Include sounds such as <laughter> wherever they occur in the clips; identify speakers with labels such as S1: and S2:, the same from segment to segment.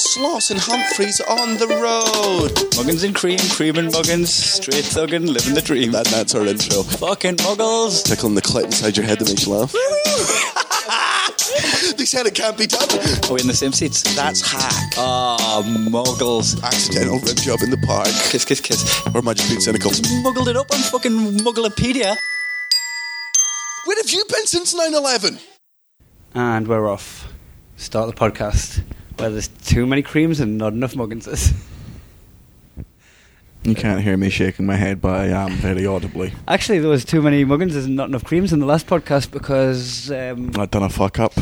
S1: Sloss and Humphreys on the road.
S2: Muggins and cream, cream and muggins, straight thuggin', living the dream.
S1: That, that's our intro.
S2: Fucking muggles.
S1: Tickling the clit inside your head that makes you laugh.
S3: <laughs>
S1: they said it can't be done.
S2: Are we Oh, in the same seats?
S1: That's hack.
S2: Ah, muggles.
S1: Accidental rib job in the park.
S2: Kiss, kiss, kiss.
S1: Or am I just being cynical?
S2: Muggled it up on fucking Mugglepedia.
S1: Where have you been since 9 11?
S4: And we're off. Start the podcast where there's too many creams and not enough mugginses.
S3: You can't hear me shaking my head, but I am very audibly.
S4: <laughs> Actually, there was too many mugginses and not enough creams in the last podcast because um,
S3: I done a fuck up.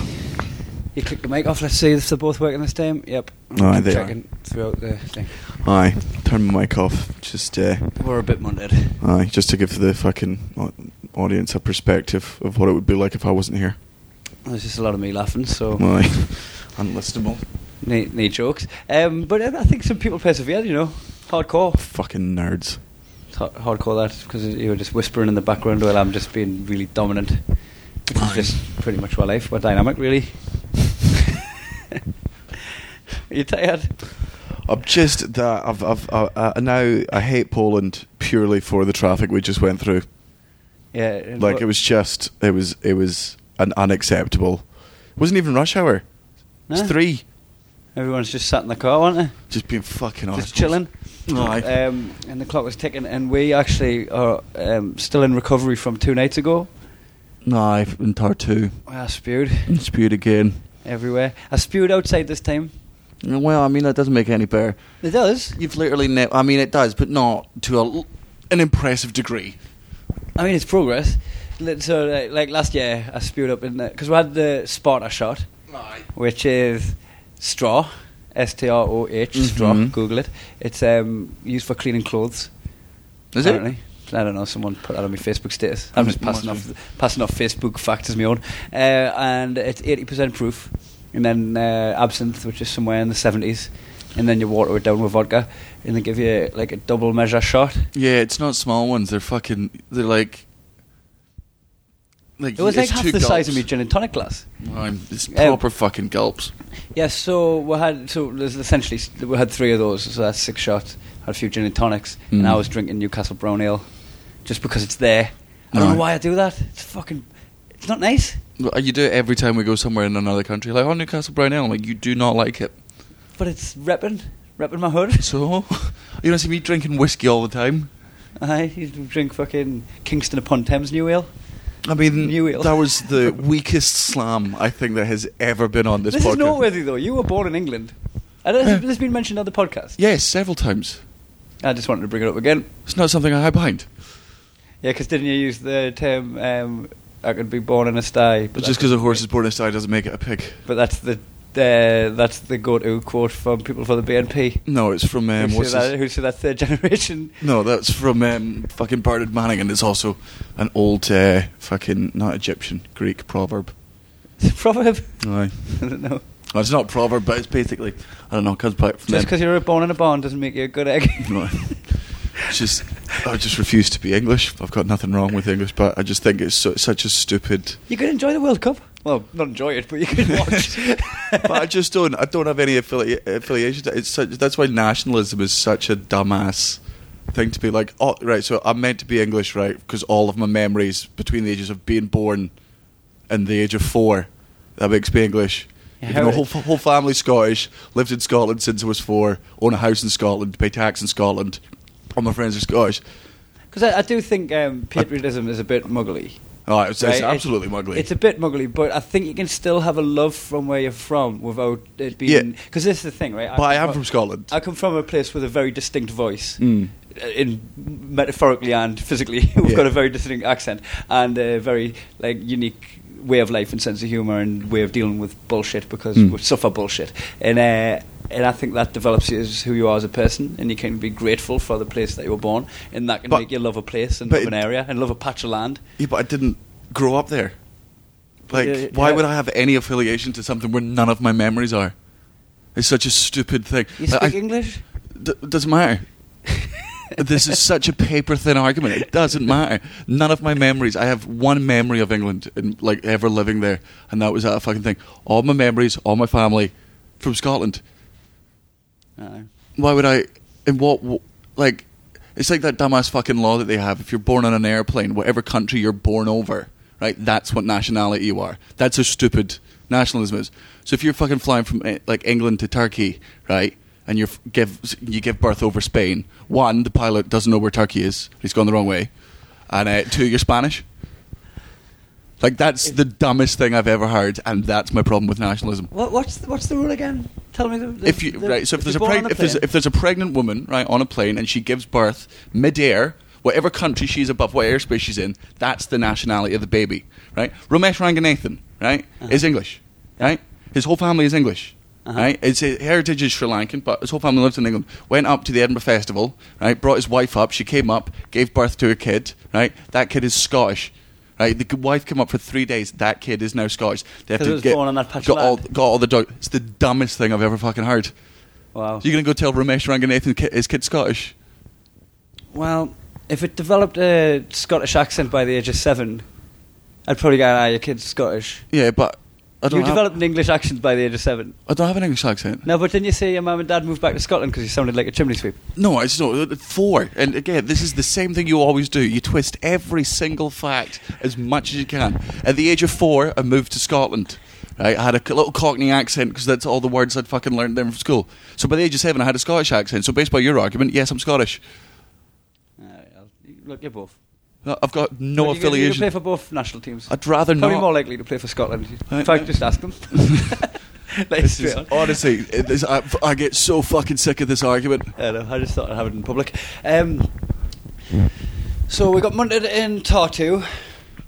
S4: you clicked the mic off. Let's see if they're both working this time. Yep.
S3: No,
S4: Keep
S3: they are.
S4: checking throughout the thing.
S3: Aye, turn my mic off. Just uh,
S4: We're a bit munted.
S3: aye, just to give the fucking au- audience a perspective of what it would be like if I wasn't here.
S4: There's just a lot of me laughing, so
S3: Aye, <laughs> unlistenable.
S4: neat, neat jokes. Um, but I I think some people persevered, you know. Hardcore.
S3: Fucking nerds.
S4: It's hard- Hardcore that because you were just whispering in the background while I'm just being really dominant. Which is just pretty much my life. We're dynamic, really. <laughs> Are you tired?
S3: I'm just that I've I've uh, I, I now I hate Poland purely for the traffic we just went through.
S4: Yeah. and
S3: Like
S4: what-
S3: it was just it was it was an unacceptable. It wasn't even rush hour. It was
S4: Nah.
S3: three.
S4: Everyone's just sat in the car, weren't they?
S3: Just being fucking
S4: just
S3: honest.
S4: chilling.
S3: Aye.
S4: Um, and the clock was ticking, and we actually are um, still in recovery from two nights ago.
S3: No, I've in tar two.
S4: I spewed
S3: And spewed again.
S4: everywhere. I spewed outside this time.
S3: Well, I mean that doesn't make it any better.
S4: It does.
S3: You've literally, ne- I mean it does, but not to a l an impressive degree.
S4: I mean, it's progress. Li- So, like, like last year, I spewed up in because we had the Sparta shot, which is straw, S T R O H, straw.
S3: Mhm.
S4: Google it. It's um, used for cleaning clothes.
S3: Is
S4: apparently. I don't know. Someone put that on my Facebook status. I'm just passing off passing off Facebook facts as my own. Uh, and it's eighty percent proof. And then uh, absinthe, which is somewhere in the seventies, and then you water it down with vodka, and they give you like a double measure shot.
S3: it? Yeah, it's not small ones. They're fucking. They're like. Like
S4: It was
S3: it's
S4: like half
S3: two
S4: the size of my
S3: gulps.
S4: gin and tonic glass.
S3: Um, it's
S4: Um,
S3: proper fucking gulps.
S4: Yeah, so we had so there's essentially s- we had three of those. So that's six shots. Had a few gin and tonics, and
S3: Mm.
S4: I was drinking Newcastle brown ale, just because it's there. I don't
S3: Right.
S4: know why I do that. It's fucking. It's not nice.
S3: Well, You do it every time we go somewhere in another country. Like on Newcastle Brown Ale, like you do not like it. <laughs>
S4: but it's repping, repping my hood. <laughs>
S3: So you don't see me drinking whiskey all the time.
S4: I used to drink fucking Kingston upon Thames New Ale.
S3: I mean,
S4: You will.
S3: that was the weakest slam I think that has ever been on this.
S4: This,
S3: podcast.
S4: is noteworthy though. You were born in England. And this this has been mentioned on the podcast.
S3: Yes, several times.
S4: I just wanted to bring it up again.
S3: It's not something I hide behind.
S4: Yeah, because didn't you use the term um, "I could be born in a sty"?
S3: But just because a horse is born a sty doesn't make it a pig.
S4: But that's the uh, that's the go-to quote from people for the BNP.
S3: No, it's from um,
S4: who,
S3: what's
S4: say that,
S3: his-
S4: who say that third <laughs> generation?
S3: No, that's from um, fucking Bernard Manning, and it's also an old uh, fucking not Egyptian Greek proverb.
S4: proverb.
S3: Aye.
S4: I don't know.
S3: Well, it's not proverb, but it's basically I don't know. Comes back from
S4: Just
S3: them.
S4: because you're born in a barn doesn't make you a good egg.
S3: No. It's just I just refuse to be English. I've got nothing wrong with English, but I just think it's so, such a stupid.
S4: You could enjoy the World Cup. Well, not enjoy it, but you
S3: <laughs>
S4: could watch.
S3: but I just don't. I don't have any affili- affiliation. to- It's such, that's why nationalism is such a dumbass thing to be like. Oh, right. So I'm meant to be English, right? Because all of my memories between the ages of being born and the age of four that makes me English.
S4: Yeah,
S3: Even
S4: how-
S3: though whole, whole family Scottish, lived in Scotland since I was four, own a house in Scotland, pay tax in Scotland. All my friends are Scottish.
S4: Because I, I do think um, patriotism is a bit muggly.
S3: Oh, it's,
S4: right?
S3: it's absolutely muggly.
S4: It's a bit muggly, but I think you can still have a love from where you're from without it being.
S3: Yeah.
S4: Because this is the thing, right?
S3: but I
S4: come
S3: am from Scotland.
S4: I come from a place with a very distinct voice,
S3: Mm.
S4: uh, in metaphorically and physically. <laughs> We've
S3: Yeah.
S4: got a very distinct accent and a very like unique way of life and sense of humor and way of dealing with bullshit because
S3: Mm.
S4: we suffer bullshit. And uh, and I think that develops you as who you are as a person, and you can be grateful for the place that you were born, and that can
S3: But-
S4: make you love a place and
S3: but
S4: love an
S3: it-
S4: area and love a patch of land.
S3: Yeah, but I didn't grow up there. Like,
S4: Yeah,
S3: why
S4: yeah.
S3: would I have any affiliation to something where none of my memories are? It's such a stupid thing.
S4: You
S3: Like,
S4: speak
S3: I-
S4: English?
S3: D- doesn't matter. this is such a paper thin argument. It doesn't matter. None of my memories. I have one memory of England and like ever living there, and that was that fucking thing. All my memories, all my family, from Scotland.
S4: Aye.
S3: why would I? In what w- like? It's like that dumbass fucking law that they have. If you're born on an airplane, whatever country you're born over, right? That's what nationality you are. That's how stupid nationalism is. So if you're fucking flying from eh, like England to Turkey, right? And you give you give birth over Spain. One, the pilot doesn't know where Turkey is. He's gone the wrong way. And uh, two, you're Spanish. Like that's the dumbest thing I've ever heard, and that's my problem with nationalism
S4: What, what's the, what's the rule again? Tell me the. the
S3: if you
S4: the-
S3: right, so if, there's a,
S4: you're born
S3: preg-
S4: on
S3: if there's
S4: plane-
S3: if there's a pregnant woman right on a plane and she gives birth midair, whatever country she's above, what airspace she's in, that's the nationality of the baby, right? Ramesh Ranganathan, right, is English, right? His whole family is English.
S4: Uh-huh.
S3: Right, his his heritage is Sri Lankan, but his whole family lives in England. Went up to the Edinburgh Festival, right? Brought his wife up. She came up, gave birth to a kid, right? That kid is Scottish, right? The g- wife came up for three days. That kid is now Scottish. They have
S4: 'Cause
S3: to
S4: it was
S3: get
S4: born on that patch of
S3: got all
S4: land.
S3: got all the dog. It's the dumbest thing I've ever fucking heard.
S4: wow.
S3: So you're gonna go tell Ramesh Ranganathan ki- his kid's Scottish?
S4: Well, if it developed a Scottish accent by the age of seven, I'd probably go, ah, your kid's Scottish.
S3: Yeah, but I don't.
S4: You
S3: have,
S4: developed an English accent by the age of seven.
S3: I don't have an English accent.
S4: No, but didn't you say your mum and dad moved back to Scotland because you sounded like a chimney sweep?
S3: No, it's not uh, four. And again, this is the same thing you always do. You twist every single fact as much as you can. At the age of four, I moved to Scotland. Right, I had a c- little Cockney accent because that's all the words I'd fucking learned then from school. So by the age of seven, I had a Scottish accent. So based by your argument, yes, I'm Scottish.
S4: Alright, I'll- look, you're both.
S3: Uh, I've got no
S4: Well, you- You
S3: affiliation.
S4: play for both national teams.
S3: I'd rather
S4: Probably
S3: not.
S4: more likely to play for Scotland.
S3: Uh,
S4: In fact,
S3: uh,
S4: just ask
S3: <laughs>
S4: them. <laughs> Like, <laughs>
S3: This
S4: straight
S3: is,
S4: on.
S3: honestly, it- this, I, I get so fucking sick of this argument.
S4: I don't know, I just thought I'd have it in public. Um, so we got munted in Tartu,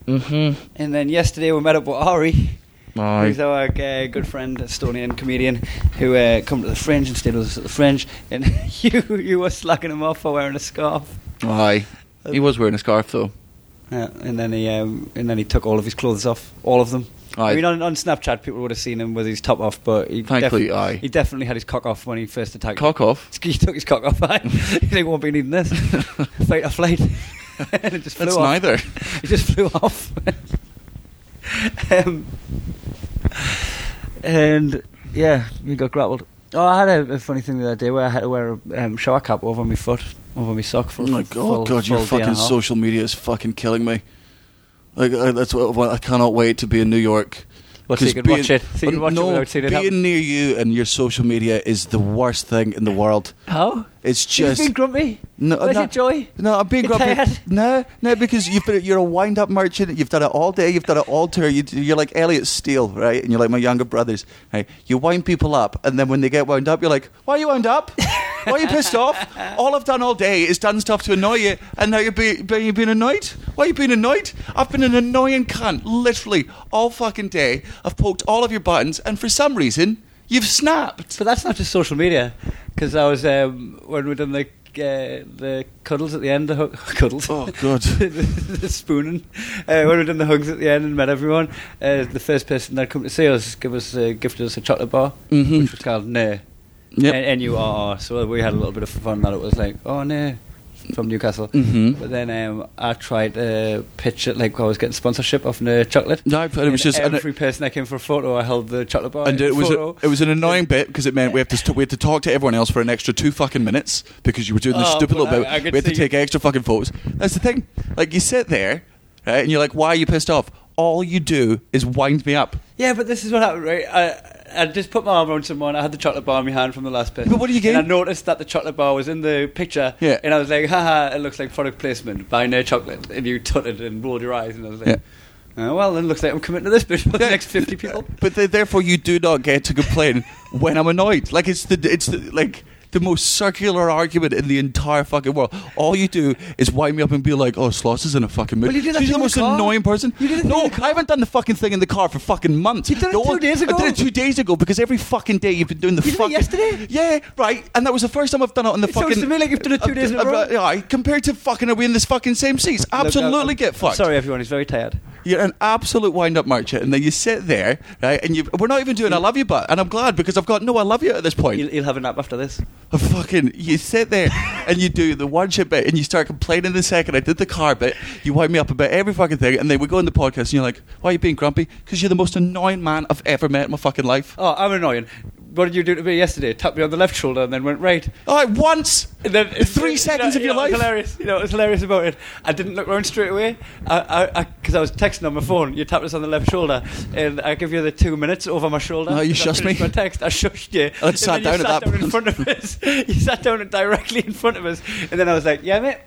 S3: Mm-hmm.
S4: and then yesterday we met up with Ari. He's our uh, good friend, Estonian comedian, who uh, come to the Fringe and stayed with us at the Fringe. And <laughs> you you were slacking him off for wearing a scarf.
S3: Aye. He was wearing a scarf though.
S4: Yeah, and then he um, and then he took all of his clothes off, all of them.
S3: Aye.
S4: I mean, on, on Snapchat, people would have seen him with his top off, but he
S3: Thankfully,
S4: defi-
S3: aye.
S4: he definitely had his cock off when he first attacked.
S3: Cock off.
S4: He took his cock off. Aye.
S3: <laughs>
S4: he won't be needing this. Fight or flight. and <laughs> it just flew
S3: That's
S4: off.
S3: neither.
S4: <laughs> It just flew off. um, and yeah, we got grappled. Oh, I had a, a funny thing the other day where I had to wear a um, shower cap over my foot, over my sock for.
S3: Oh my god,
S4: full-
S3: god, your
S4: full day and
S3: fucking
S4: a half.
S3: social media is fucking killing me. Like I, that's what what- I cannot wait to be in New York.
S4: Well, so you
S3: 'Cause
S4: could
S3: being-
S4: watch it. So you could watch it
S3: no,
S4: without seeing it
S3: being
S4: happen.
S3: near you and your social media is the worst thing in the world.
S4: How?
S3: It's
S4: You've
S3: just
S4: been grumpy.
S3: No,
S4: Where's
S3: no,
S4: your joy?
S3: No, I'm being
S4: You're
S3: grumpy.
S4: tired?
S3: No, no, because you've been, you're a wind-up merchant. You've done it all day. You've done it all tour. You, you're like Elliot Steele, right? And you're like my younger brothers. Right? You wind people up, and then when they get wound up, you're like, "Why are you wound up? Why are you pissed off? All I've done all day is done stuff to annoy you, and now you're, be, be, you're being annoyed. Why are you being annoyed? I've been an annoying cunt literally all fucking day. I've poked all of your buttons, and for some reason, you've snapped.
S4: But that's not just social media, because I was um, when we done the uh, the cuddles at the end, the hu- <laughs> cuddles.
S3: Oh,
S4: <laughs>
S3: God.
S4: the, spooning. Uh, when we done the hugs at the end and met everyone, uh, the first person that come to see us give us uh, gifted us a chocolate bar,
S3: Mhm.
S4: which was called Nair.
S3: Yep.
S4: N U R R. So we had a little bit of fun that it was like, oh Nair from Newcastle.
S3: Mhm.
S4: But then um, I tried to pitch it like I was getting sponsorship of Nair chocolate.
S3: No, but it was
S4: And
S3: just- and it-
S4: every person that came for a photo, I held the chocolate bar.
S3: And it was a,
S4: photo.
S3: it was an annoying bit because it meant we have to st- we had to talk to everyone else for an extra two fucking minutes because you were doing this
S4: Oh,
S3: stupid
S4: but
S3: little bit.
S4: I- I could
S3: we had to
S4: see you-
S3: take extra fucking photos. That's the thing. Like you sit there, right, and you're like, "Why are you pissed off?" All you do is wind me up.
S4: Yeah, but this is what happened, right? I, I just put my arm around someone. I had the chocolate bar in my hand from the last person.
S3: But what do you get?
S4: And I noticed that the chocolate bar was in the picture.
S3: Yeah.
S4: And I was like, haha, it looks like product placement. Buy no chocolate. And you tutted and rolled your eyes. And I was like, "Oh, well, then looks like I'm committing to this bitch for the next 50 people.
S3: But th- therefore, you do not get to complain when I'm annoyed. Like it's the it's the, like the most circular argument in the entire fucking world. All you do is wind me up and be like, "Oh, Sloss is in a fucking mood."
S4: Well, you did that
S3: She's
S4: thing
S3: the
S4: in the
S3: most
S4: car.
S3: annoying person.
S4: You did the thing
S3: no,
S4: in the car.
S3: I haven't done the fucking thing in the car for fucking months.
S4: You did it
S3: The
S4: two days ago.
S3: I did it two days ago because every fucking day you've been doing the
S4: You did it
S3: fucking
S4: yesterday.
S3: Yeah, right. And that was the first time I've done it on the
S4: It sounds
S3: fucking.
S4: to me like you've done it two days in a row.
S3: Yeah, compared to fucking are we in this fucking same seats? <laughs> Absolutely
S4: Look, I'm-
S3: get
S4: I'm
S3: fucked.
S4: sorry, everyone. He's very tired.
S3: You're an absolute wind-up merchant, and then you sit there, right? And you, we're not even doing "I love you," but and I'm glad because I've got no "I love you" at this point.
S4: He'll, he'll have a nap after this.
S3: I fucking, you sit there and you do the one shit bit, and you start complaining the second I did the car bit. You wind me up about every fucking thing, and then we go in the podcast, and you're like, "Why are you being grumpy?" Because you're the most annoying man I've ever met in my fucking life.
S4: Oh, I'm annoying. what did you do to me yesterday? Tapped me on the left shoulder and then went right.
S3: All right, Oh, once.
S4: And then
S3: Three seconds of
S4: you
S3: your
S4: know, it was
S3: life.
S4: Hilarious. You know, it was hilarious about it. I didn't look round straight away because I, I, 'cause I was texting on my phone. You tapped us on the left shoulder, and I give you the two minutes over my shoulder.
S3: No, you
S4: 'cause I
S3: shushed
S4: finished
S3: me.
S4: My text. I shushed you.
S3: I sat
S4: and then you
S3: down at
S4: sat
S3: that
S4: down in
S3: point.
S4: front of
S3: <laughs>
S4: us. You sat down directly in front of us, and then I was like, "Yeah, mate."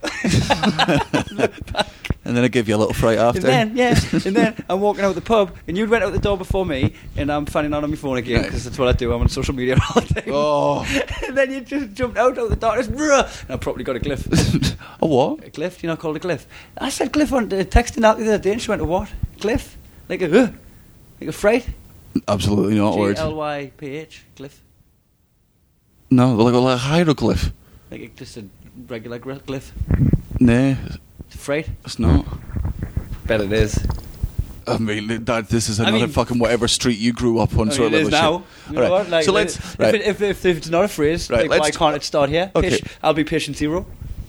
S4: Look back.
S3: <laughs> And then I give you a little fright after.
S4: And then, yeah, and then I'm walking out the pub, and you went out the door before me, and I'm fanning out on my phone again
S3: Right.
S4: because that's what I do. I'm on social media all the time.
S3: Oh.
S4: <laughs> and then you just jumped out of the darkness, bruh, and I probably got a
S3: <laughs>
S4: glyph.
S3: <laughs> a what?
S4: a glyph, you know, called a glyph. I said glyph on the texting out the other day, and she went, "A "What? Glyph? Like a huh? like a freight?
S3: Absolutely not.
S4: G
S3: Word.
S4: L Y P H glyph?
S3: No, like, like a hieroglyph.
S4: Like a, just a regular gr- glyph?
S3: Nah,
S4: It's a freight?
S3: it's not.
S4: Bet it is.
S3: I mean, that, this is
S4: I
S3: another
S4: mean-
S3: fucking whatever street you grew up on
S4: I mean,
S3: sort of
S4: Oh, it is
S3: level
S4: now.
S3: shit.
S4: You
S3: All
S4: know what? Like,
S3: so
S4: like,
S3: let's right,
S4: if, if, if it's not a phrase,
S3: Right,
S4: like, why
S3: let's-
S4: can't it start here?
S3: okay.
S4: Patient- I'll be patient zero.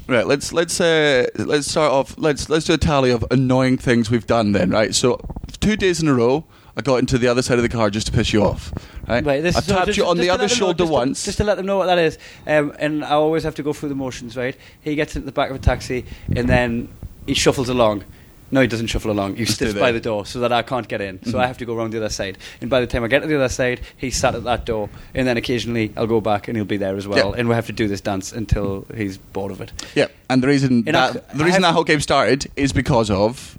S3: right. Let's let's uh, let's start off. Let's let's do a tally of annoying things we've done. Then right. So two days in a row, I got into the other side of the car just to piss you off. Right.
S4: Right, this
S3: I
S4: is- so
S3: tapped
S4: just-
S3: you on
S4: just
S3: the
S4: to
S3: other
S4: let them know-
S3: shoulder
S4: just to-
S3: once.
S4: just to let them know what that is. Um, and I always have to go through the motions, right? He gets into the back of a taxi and then he shuffles along. No, he doesn't shuffle along. He
S3: Just Mm-hmm. stay
S4: sits
S3: there.
S4: by the door so that I can't get in. So I have to go around the other side. And by the time I get to the other side, he's sat at that door. And then occasionally I'll go back and he'll be there as well.
S3: Yep.
S4: And we have to do this dance until he's bored of it.
S3: Yeah, and the reason
S4: And I-
S3: that the reason
S4: I-
S3: that whole game started is because of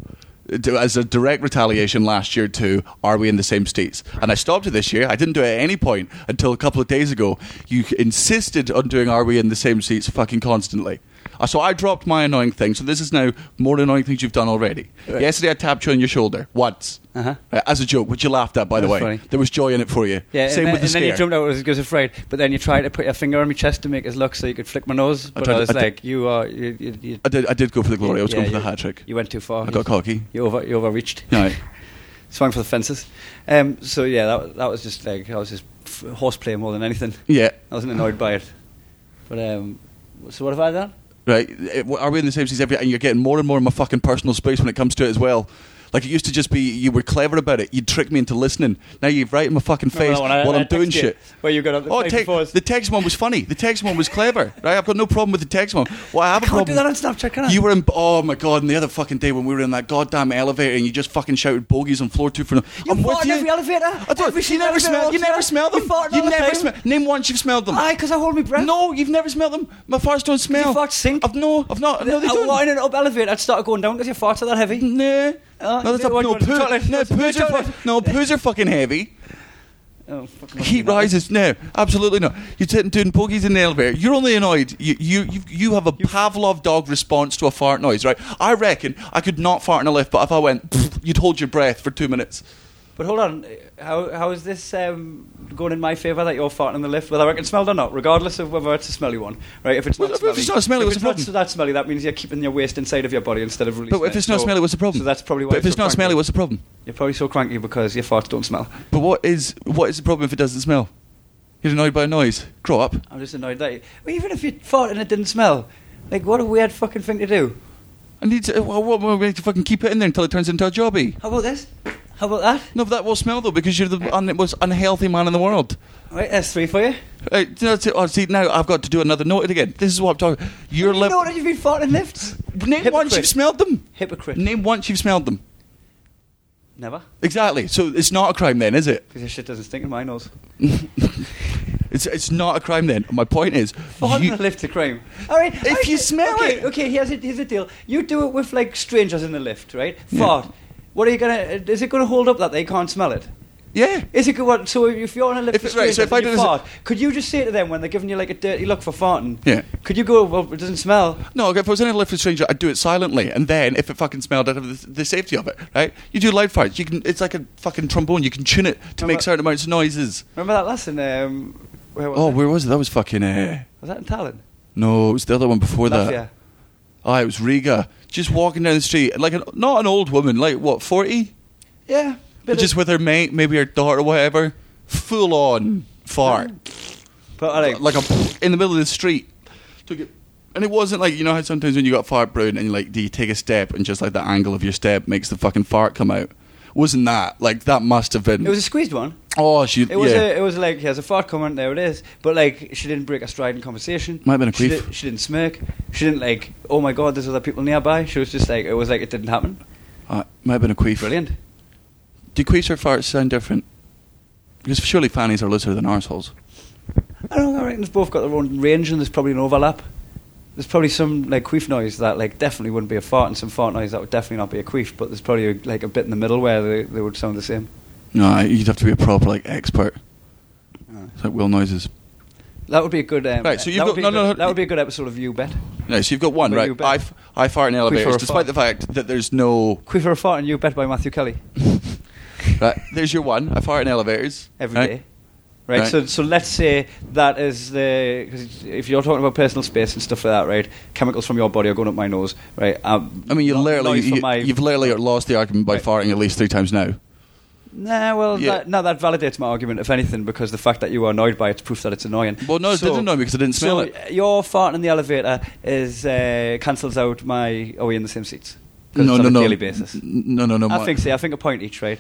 S3: as a direct retaliation last year to are we in the same states and i stopped it this year i didn't do it at any point until a couple of days ago you insisted on doing are we in the same seats fucking constantly Uh, so i dropped my annoying thing so this is now more annoying things you've done already
S4: Right.
S3: yesterday i tapped you on your shoulder once
S4: Uh, Uh-huh.
S3: Right, as a joke which you laughed at by the
S4: That's
S3: way
S4: funny.
S3: there was joy in it for you
S4: Yeah,
S3: same
S4: and, then,
S3: with the
S4: and then you
S3: scare
S4: jumped out because was afraid, but then you tried to put your finger on my chest to make us look so you could flick my nose. But I,
S3: tried to-
S4: was
S3: I did-
S4: like, you are. You, you, you,
S3: i did i did go for the glory i was
S4: Yeah,
S3: going for
S4: you-
S3: the hat trick
S4: You went too far.
S3: I got cocky.
S4: You over you overreached.
S3: Right.
S4: <laughs> Swung for the fences. Um, so yeah, that that was just like I was just f- horseplay more than anything.
S3: yeah
S4: I wasn't annoyed by it. But um, so what have I done?
S3: right? It- Are we in the same space every? And you're getting more and more in my fucking personal space when it comes to it as well. Like it used to just be, you were clever about it. You'd trick me into listening. Now you're right in my fucking face
S4: Remember when I-
S3: while
S4: I
S3: I'm doing
S4: texted you
S3: shit.
S4: Where you got up the
S3: Oh,
S4: night
S3: te-
S4: before us.
S3: the text one was funny. The text one was clever, <laughs> right? I've got no problem with the text one. Well, I have a
S4: can't
S3: problem.
S4: do that on Snapchat, can I?
S3: You were in. Oh my god! And the other fucking day when we were in that goddamn elevator and you just fucking shouted bogeys on floor two for no.
S4: You
S3: I'm
S4: fart
S3: with
S4: in
S3: you.
S4: every elevator.
S3: I don't.
S4: Every
S3: you
S4: single
S3: never
S4: elevator
S3: smell. You
S4: up
S3: never
S4: here.
S3: smell them.
S4: You fart all the
S3: never
S4: time.
S3: smell. Name once you've smelled them.
S4: Aye, because I hold my breath.
S3: No, you've never smelled them. My farts don't smell.
S4: farts sink?
S3: I've no, I've not. No, they
S4: I
S3: don't.
S4: wanted up elevator. I'd start going down because your farts are that heavy.
S3: Nah.
S4: Oh,
S3: no, that's
S4: you
S3: a,
S4: want
S3: no,
S4: to go to
S3: poo,
S4: the toilet?
S3: no,
S4: Let's go to
S3: poos
S4: the
S3: are
S4: toilet.
S3: fu- no, poos are fucking heavy.
S4: Oh, fucking
S3: Heat rises. No, absolutely not. You're sitting doing bogeys in the elevator. You're only annoyed. You, you, you, you have a Pavlov dog response to a fart noise, right? I reckon I could not fart in a lift, but if I went, <laughs> you'd hold your breath for two minutes.
S4: But hold on, how, how is this um, going in my favour that you're farting in the lift, whether I can smell it or not, regardless of whether it's a smelly one, right? If it's
S3: Well,
S4: not
S3: if
S4: smelly,
S3: it's not smelly,
S4: if
S3: what's
S4: it's
S3: the
S4: not
S3: problem?
S4: that smelly, that means you're keeping your waste inside of your body instead of releasing.
S3: But if
S4: it.
S3: it's not
S4: So-
S3: smelly, what's the problem?
S4: So that's probably why.
S3: But if
S4: you're
S3: it's
S4: so
S3: not smelly,
S4: cranky.
S3: what's the problem?
S4: You're probably so cranky because your farts don't smell.
S3: But what is what is the problem if it doesn't smell? You're annoyed by a noise. Grow up.
S4: I'm just annoyed that. You, well, even if you fart and it didn't smell, like what a weird fucking thing to do.
S3: I need to. Well, what, we need to fucking keep it in there until it turns into a jobby.
S4: How about this? How about that?
S3: No, but that will smell though because you're the un- most unhealthy man in the world.
S4: Right, there's three for you.
S3: Right, no, see, oh, see, now I've got to do another note again. This is what I'm talking. You're
S4: You know
S3: li-
S4: that you've been farting
S3: <laughs>
S4: lifts.
S3: name once you've
S4: Hypocrite.
S3: smelled them.
S4: Hypocrite.
S3: Name once you've smelled them.
S4: Never,
S3: Exactly. So it's not a crime then, is it?
S4: because your shit doesn't stink in my nose.
S3: It's it's not a crime then. My point is,
S4: Fart
S3: you-
S4: in the lift to crime. All right.
S3: If
S4: all right,
S3: you smell
S4: okay,
S3: it.
S4: Okay, here's a, here's the deal. You do it with like strangers in the lift, right?
S3: Yeah.
S4: Fart. What are you gonna? uh, Is it gonna hold up that they can't smell it?
S3: yeah.
S4: Is it good? What, so if you're on a lift
S3: If
S4: with
S3: it- right,
S4: strangers
S3: so if I
S4: and you
S3: did this-
S4: fart, could you just say to them when they're giving you like a dirty look for farting?
S3: Yeah.
S4: Could you go? Well, it doesn't smell.
S3: No, if I was in a lift with a stranger, I'd do it silently, and then if it fucking smelled, I'd have the, the safety of it, right? You do loud farts. You can. It's like a fucking trombone. You can tune it to
S4: No,
S3: make
S4: but-
S3: certain amounts of noises.
S4: Remember that lesson? Um, where was
S3: Oh,
S4: it?
S3: where was it? That was fucking. Uh,
S4: was that in Thailand?
S3: no, it was the other one before that.
S4: Latvia.
S3: Ah, it was Riga. Just walking down the street, like an, not an old woman, like what forty,
S4: Yeah. bit
S3: just
S4: of-
S3: with her mate, maybe her daughter, or whatever. Full on fart,
S4: but, all right.
S3: like a in the middle of the street. Took it, and it wasn't like you know how sometimes when you got fart brown and you like, do you take a step and just like the angle of your step makes the fucking fart come out. wasn't that like that must have been?
S4: It was a squeezed one.
S3: oh, she
S4: It was
S3: yeah.
S4: a, it was like here's a fart comment, there it is. But like she didn't break a stride in conversation.
S3: Might have been a
S4: she,
S3: queef.
S4: did, she didn't smirk. She didn't like oh my god, there's other people nearby. She was just like it was like it didn't happen.
S3: Uh, might have been a queef.
S4: Brilliant.
S3: Do queefs or farts sound different? Because surely fannies are looser than arseholes.
S4: I don't know. I reckon they've both got their own range, and there's probably an overlap. There's probably some like queef noise that like definitely wouldn't be a fart, and some fart noise that would definitely not be a queef. But there's probably like a bit in the middle where they, they would sound the same.
S3: No, you'd have to be a proper like expert. It's like wheel noises.
S4: That would be a good. Um,
S3: Right, so you've
S4: that
S3: got-
S4: would be a
S3: no, no,
S4: good-
S3: no.
S4: That would be a good episode of You Bet.
S3: No, so you've got one
S4: But
S3: right.
S4: you bet.
S3: I, f- I fart in elevators,
S4: or
S3: despite
S4: fart?
S3: the fact that there's no. <laughs>
S4: Queef or a fart and You Bet by Matthew Kelly
S3: Right, there's your one. I fart in elevators
S4: every day.
S3: right?
S4: right.
S3: Right.
S4: So so let's say that is the cause if you're talking about personal space and stuff like that, right? Chemicals from your body are going up my nose, right? Um,
S3: I mean, you
S4: no-
S3: literally,
S4: noise from
S3: you,
S4: my-
S3: have literally lost the argument by
S4: Right.
S3: farting at least three times now.
S4: Nah, well,
S3: Yeah.
S4: that, no, that validates my argument, if anything, because the fact that you were annoyed by it's proof that it's annoying.
S3: Well, no, it
S4: So-
S3: didn't annoy me because I didn't smell
S4: so
S3: it.
S4: Your farting in the elevator is uh, cancels out my. Are we in the same seats? 'Cause
S3: No,
S4: it's on
S3: no,
S4: a
S3: no,
S4: Daily basis.
S3: N- no, no, no.
S4: I
S3: my-
S4: think so. I think a point each, right?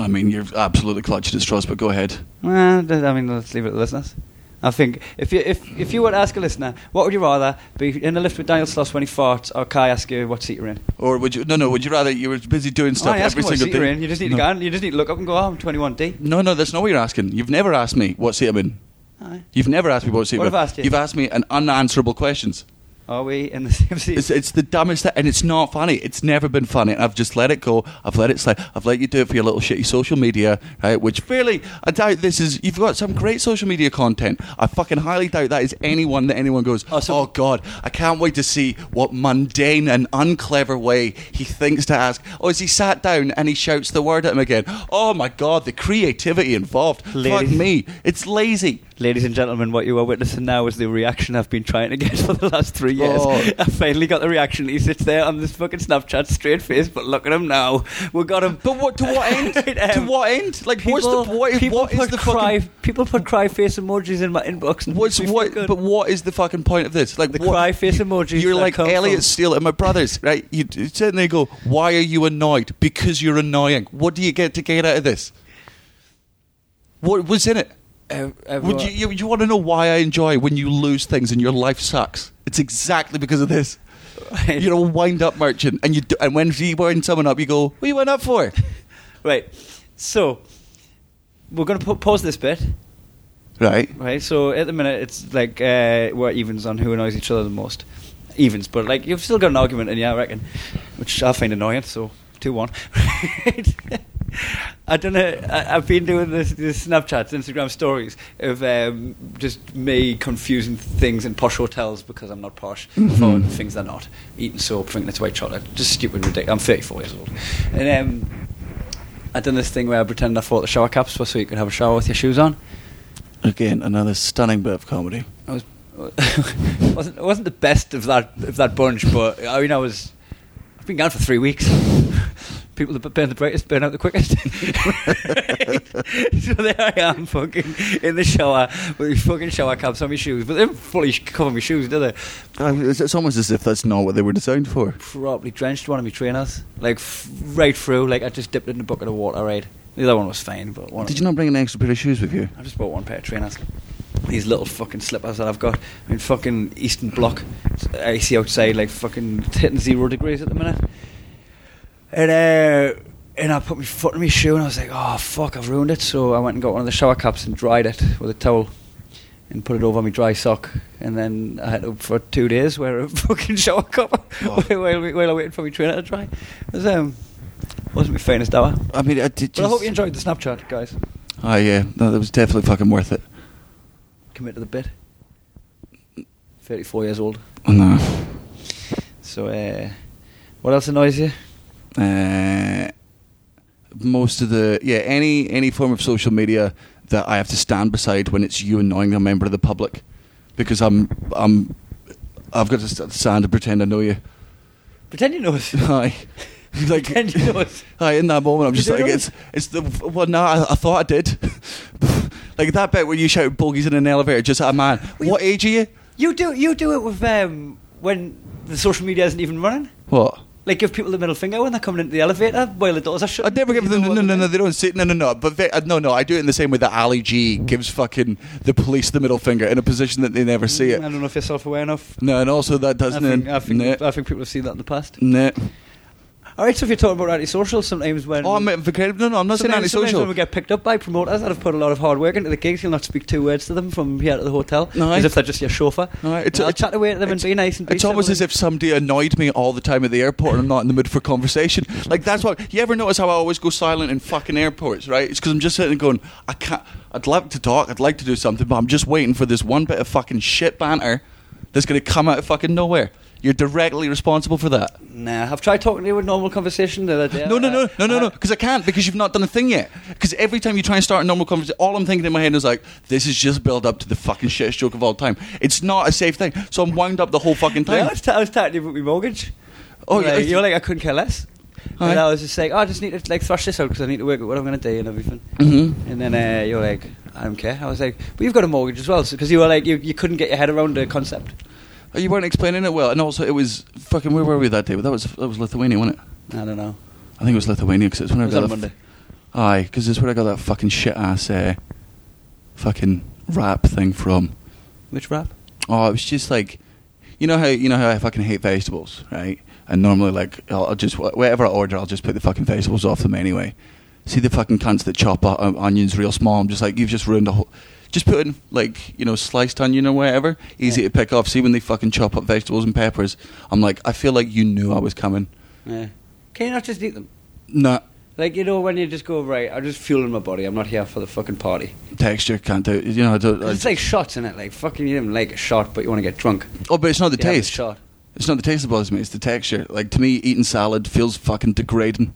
S3: I mean, you're absolutely clutching at straws, but go ahead.
S4: Well, th- I mean, let's leave it to the listeners. I think if you if if you were to ask a listener, what would you rather be in a lift with Daniel Sloss when he farts, or Kai ask you what seat you're in?
S3: Or would you? No, no. Would you rather you were busy doing
S4: Oh,
S3: stuff
S4: I ask
S3: every
S4: him what
S3: single
S4: seat you're
S3: day?
S4: in. You just need
S3: no.
S4: to go. and- You just need to look up and go. Oh, I'm 21D.
S3: No, no, that's not what you're asking. You've never asked me what seat I'm in.
S4: Aye.
S3: You've never asked me what seat
S4: What
S3: I'm
S4: have I
S3: in.
S4: asked you?
S3: You've asked me an unanswerable questions.
S4: Are we in the same seat?
S3: It's, it's the dumbest thing, and it's not funny. It's never been funny. I've just let it go. I've let it slide. I've let you do it for your little shitty social media, right? Which really, I doubt this is. You've got some great social media content. I fucking highly doubt that is anyone that anyone goes, oh,
S4: Oh, so-
S3: God, I can't wait to see what mundane and unclever way he thinks to ask. Or is he sat down and he shouts the word at him again? Oh my God, the creativity involved. Fuck
S4: Ladies.
S3: me. It's lazy.
S4: Ladies and gentlemen, what you are witnessing now is the reaction I've been trying to get <laughs> for the last three years.
S3: Oh.
S4: <laughs> I finally got the reaction. He sits there on this fucking Snapchat, straight face, but look at him now. We got him.
S3: But what to
S4: <laughs>
S3: what end? to
S4: Um,
S3: what end? Like, what's the
S4: People-
S3: what is,
S4: people
S3: what is
S4: put
S3: the
S4: cry,
S3: fucking
S4: People put cry face emojis in my inbox. and it
S3: What's
S4: makes me
S3: what?
S4: feel good.
S3: But what is the fucking point of this? Like
S4: The
S3: what-
S4: cry face emojis
S3: You're
S4: that
S3: like
S4: come
S3: Elliot
S4: from-
S3: Steele and my brothers, right? You you sit there and go, "Why are you annoyed? Because you're annoying. What do you get to get out of this? What was in it?
S4: Ev-
S3: Would
S4: everyone-
S3: you, you, you want to know why I enjoy when you lose things and your life sucks? It's exactly because of this.
S4: Right.
S3: You're a wind up merchant, and you do, and when you wind someone up, you go, "What you wind up for?"
S4: Right. So we're going to put, pause this bit.
S3: Right?
S4: Right. So at the minute, it's like uh, we're evens on who annoys each other the most. Evens, but like you've still got an argument, and yeah, I reckon, which I find annoying. So two one. <laughs> I don't know. I, I've been doing this, this Snapchats, Instagram stories of um, just me confusing things in posh hotels because I'm not posh for things they're not. Eating soap, drinking it's white chocolate, just stupid, ridiculous. I'm 34 years old, and um, I done this thing where I pretended I thought the shower caps were so you could have a shower with your shoes on.
S3: Again, another stunning bit of comedy.
S4: I was <laughs> wasn't I wasn't the best of that of that bunch, but I mean I was I've been gone for three weeks. <laughs> People that burn the brightest burn out the quickest. <laughs> so there I am, fucking in the shower with these fucking shower caps on my shoes, but they didn't fully sh- cover my shoes, did they?
S3: Uh, It's, it's almost as if that's not what they were designed for.
S4: Probably drenched one of my trainers, like f- right through. Like I just dipped it in a bucket of water. Right, the other one was fine, but one.
S3: Did you not bring an extra pair of shoes with you?
S4: I just bought one pair of trainers. These little fucking slippers that I've got. I mean, fucking Eastern Block. It's icy outside, like fucking it's hitting zero degrees at the minute. And uh, and I put my foot in my shoe and I was like, oh fuck, I've ruined it. So I went and got one of the shower caps and dried it with a towel and put it over my dry sock. And then I had to, for two days, wear a <laughs> fucking shower cap
S3: Oh.
S4: <laughs> while, while I waited for my trainer to dry. It was, um, wasn't my finest hour.
S3: I mean, I did.
S4: But I hope you enjoyed the Snapchat, guys.
S3: Oh yeah, no, that was definitely fucking worth it.
S4: commit to the bit. 34 years old.
S3: Oh, No,
S4: So, uh, what else annoys you?
S3: uh, most of the yeah, any any form of social media that I have to stand beside when it's you annoying a member of the public, because I'm I'm I've got to st- stand and pretend I know you. <laughs>
S4: Pretend you know <laughs> us.
S3: Hi. <laughs> Like,
S4: Pretend you know us.
S3: <laughs> Aye, in that moment, I'm
S4: You
S3: just
S4: don't
S3: like,
S4: know
S3: it's, it's the, well, no, I, I thought I did. <laughs> like that bit where you shout bogeys in an elevator just at a man.
S4: Well,
S3: what age are you?
S4: You do you do it with um, when the social media isn't even running.
S3: What?
S4: Like give people the middle finger when they're coming into the elevator while the doors are shut.
S3: I never give
S4: You
S3: them.
S4: know
S3: No,
S4: what
S3: no,
S4: I
S3: no,
S4: mean?
S3: no. They don't say. No, no, no. But they, uh, no, no. I do it in the same way that Ali G gives fucking the police the middle finger in a position that they never see
S4: Mm, I
S3: it.
S4: don't know if you're self-aware enough.
S3: No, and also that
S4: I
S3: doesn't.
S4: think, I, think,
S3: nah,
S4: I think people have seen that in the past.
S3: nah.
S4: All right, so if you're talking about antisocial, sometimes when
S3: Oh, I'm incredible. No, no. I'm not saying
S4: sometimes, sometimes when
S3: antisocial.
S4: we get picked up by promoters that have put a lot of hard work into the gigs, you'll not speak two words to them from here to the hotel,
S3: No,
S4: as
S3: I-
S4: if they're just your chauffeur.
S3: No, it's-
S4: And I'll
S3: it's-
S4: chat away to them and be nice and.
S3: It's
S4: decent
S3: almost
S4: with
S3: as if somebody annoyed me all the time at the airport and I'm not in the mood for conversation. Like, that's why. You ever notice how I always go silent in fucking airports, right? It's because I'm just sitting there going, I can't. I'd like to talk, I'd like to do something, but I'm just waiting for this one bit of fucking shit banter that's going to come out of fucking nowhere. You're directly responsible for that.
S4: them. Nah, I've tried talking to you in normal conversation the other day.
S3: No, no,
S4: Uh,
S3: no, no, no, no,
S4: uh,
S3: because I can't because you've not done a thing yet. Because every time you try and start a normal conversation, all I'm thinking in my head is like, this is just build up to the fucking shittest joke of all time. It's not a safe thing, so I'm wound up the whole fucking
S4: Yeah, I
S3: time.
S4: was, ta- I was talking to you about my mortgage.
S3: Oh,
S4: like,
S3: yeah.
S4: you're like I couldn't care less.
S3: Aye.
S4: And I was just like, oh, I just need to like thrash this out because I need to work out what I'm going to do and everything.
S3: Mhm.
S4: And then uh, you're like, I don't care. I was like, but you've got a mortgage as well, because you were like, you, you couldn't get your head around the concept.
S3: Oh, you weren't explaining it well, and also it was fucking where were we that day? That was that was Lithuania, wasn't it?
S4: I don't know.
S3: I think it was Lithuania because it's when
S4: It
S3: I
S4: was
S3: got
S4: on
S3: that f-
S4: Monday.
S3: Aye, because it's where I got that fucking shit ass uh, fucking rap thing from.
S4: Which rap?
S3: Oh, it was just like, you know how you know how I fucking hate vegetables, right? And normally, like, I'll, I'll just wh- whatever I order, I'll just put the fucking vegetables off them anyway. See the fucking cunts that chop up um, onions real small. I'm just like, you've just ruined a whole. Just put in like you know sliced onion or whatever, easy
S4: Yeah.
S3: to pick off. See when they fucking chop up vegetables and peppers, I'm like, I feel like you knew I was coming.
S4: Yeah. Can you not just eat them?
S3: Nah,
S4: Like you know when you just go right, I'm just fueling my body. I'm not here for the fucking party.
S3: texture can't do. You know, I don't,
S4: 'Cause
S3: I-
S4: it's like shots in it. Like fucking you didn't like a shot, but you want to get drunk.
S3: oh, but it's not the
S4: You have
S3: taste.
S4: shot.
S3: It's not the taste that bothers me. It's the texture. Like to me, eating salad feels fucking degrading.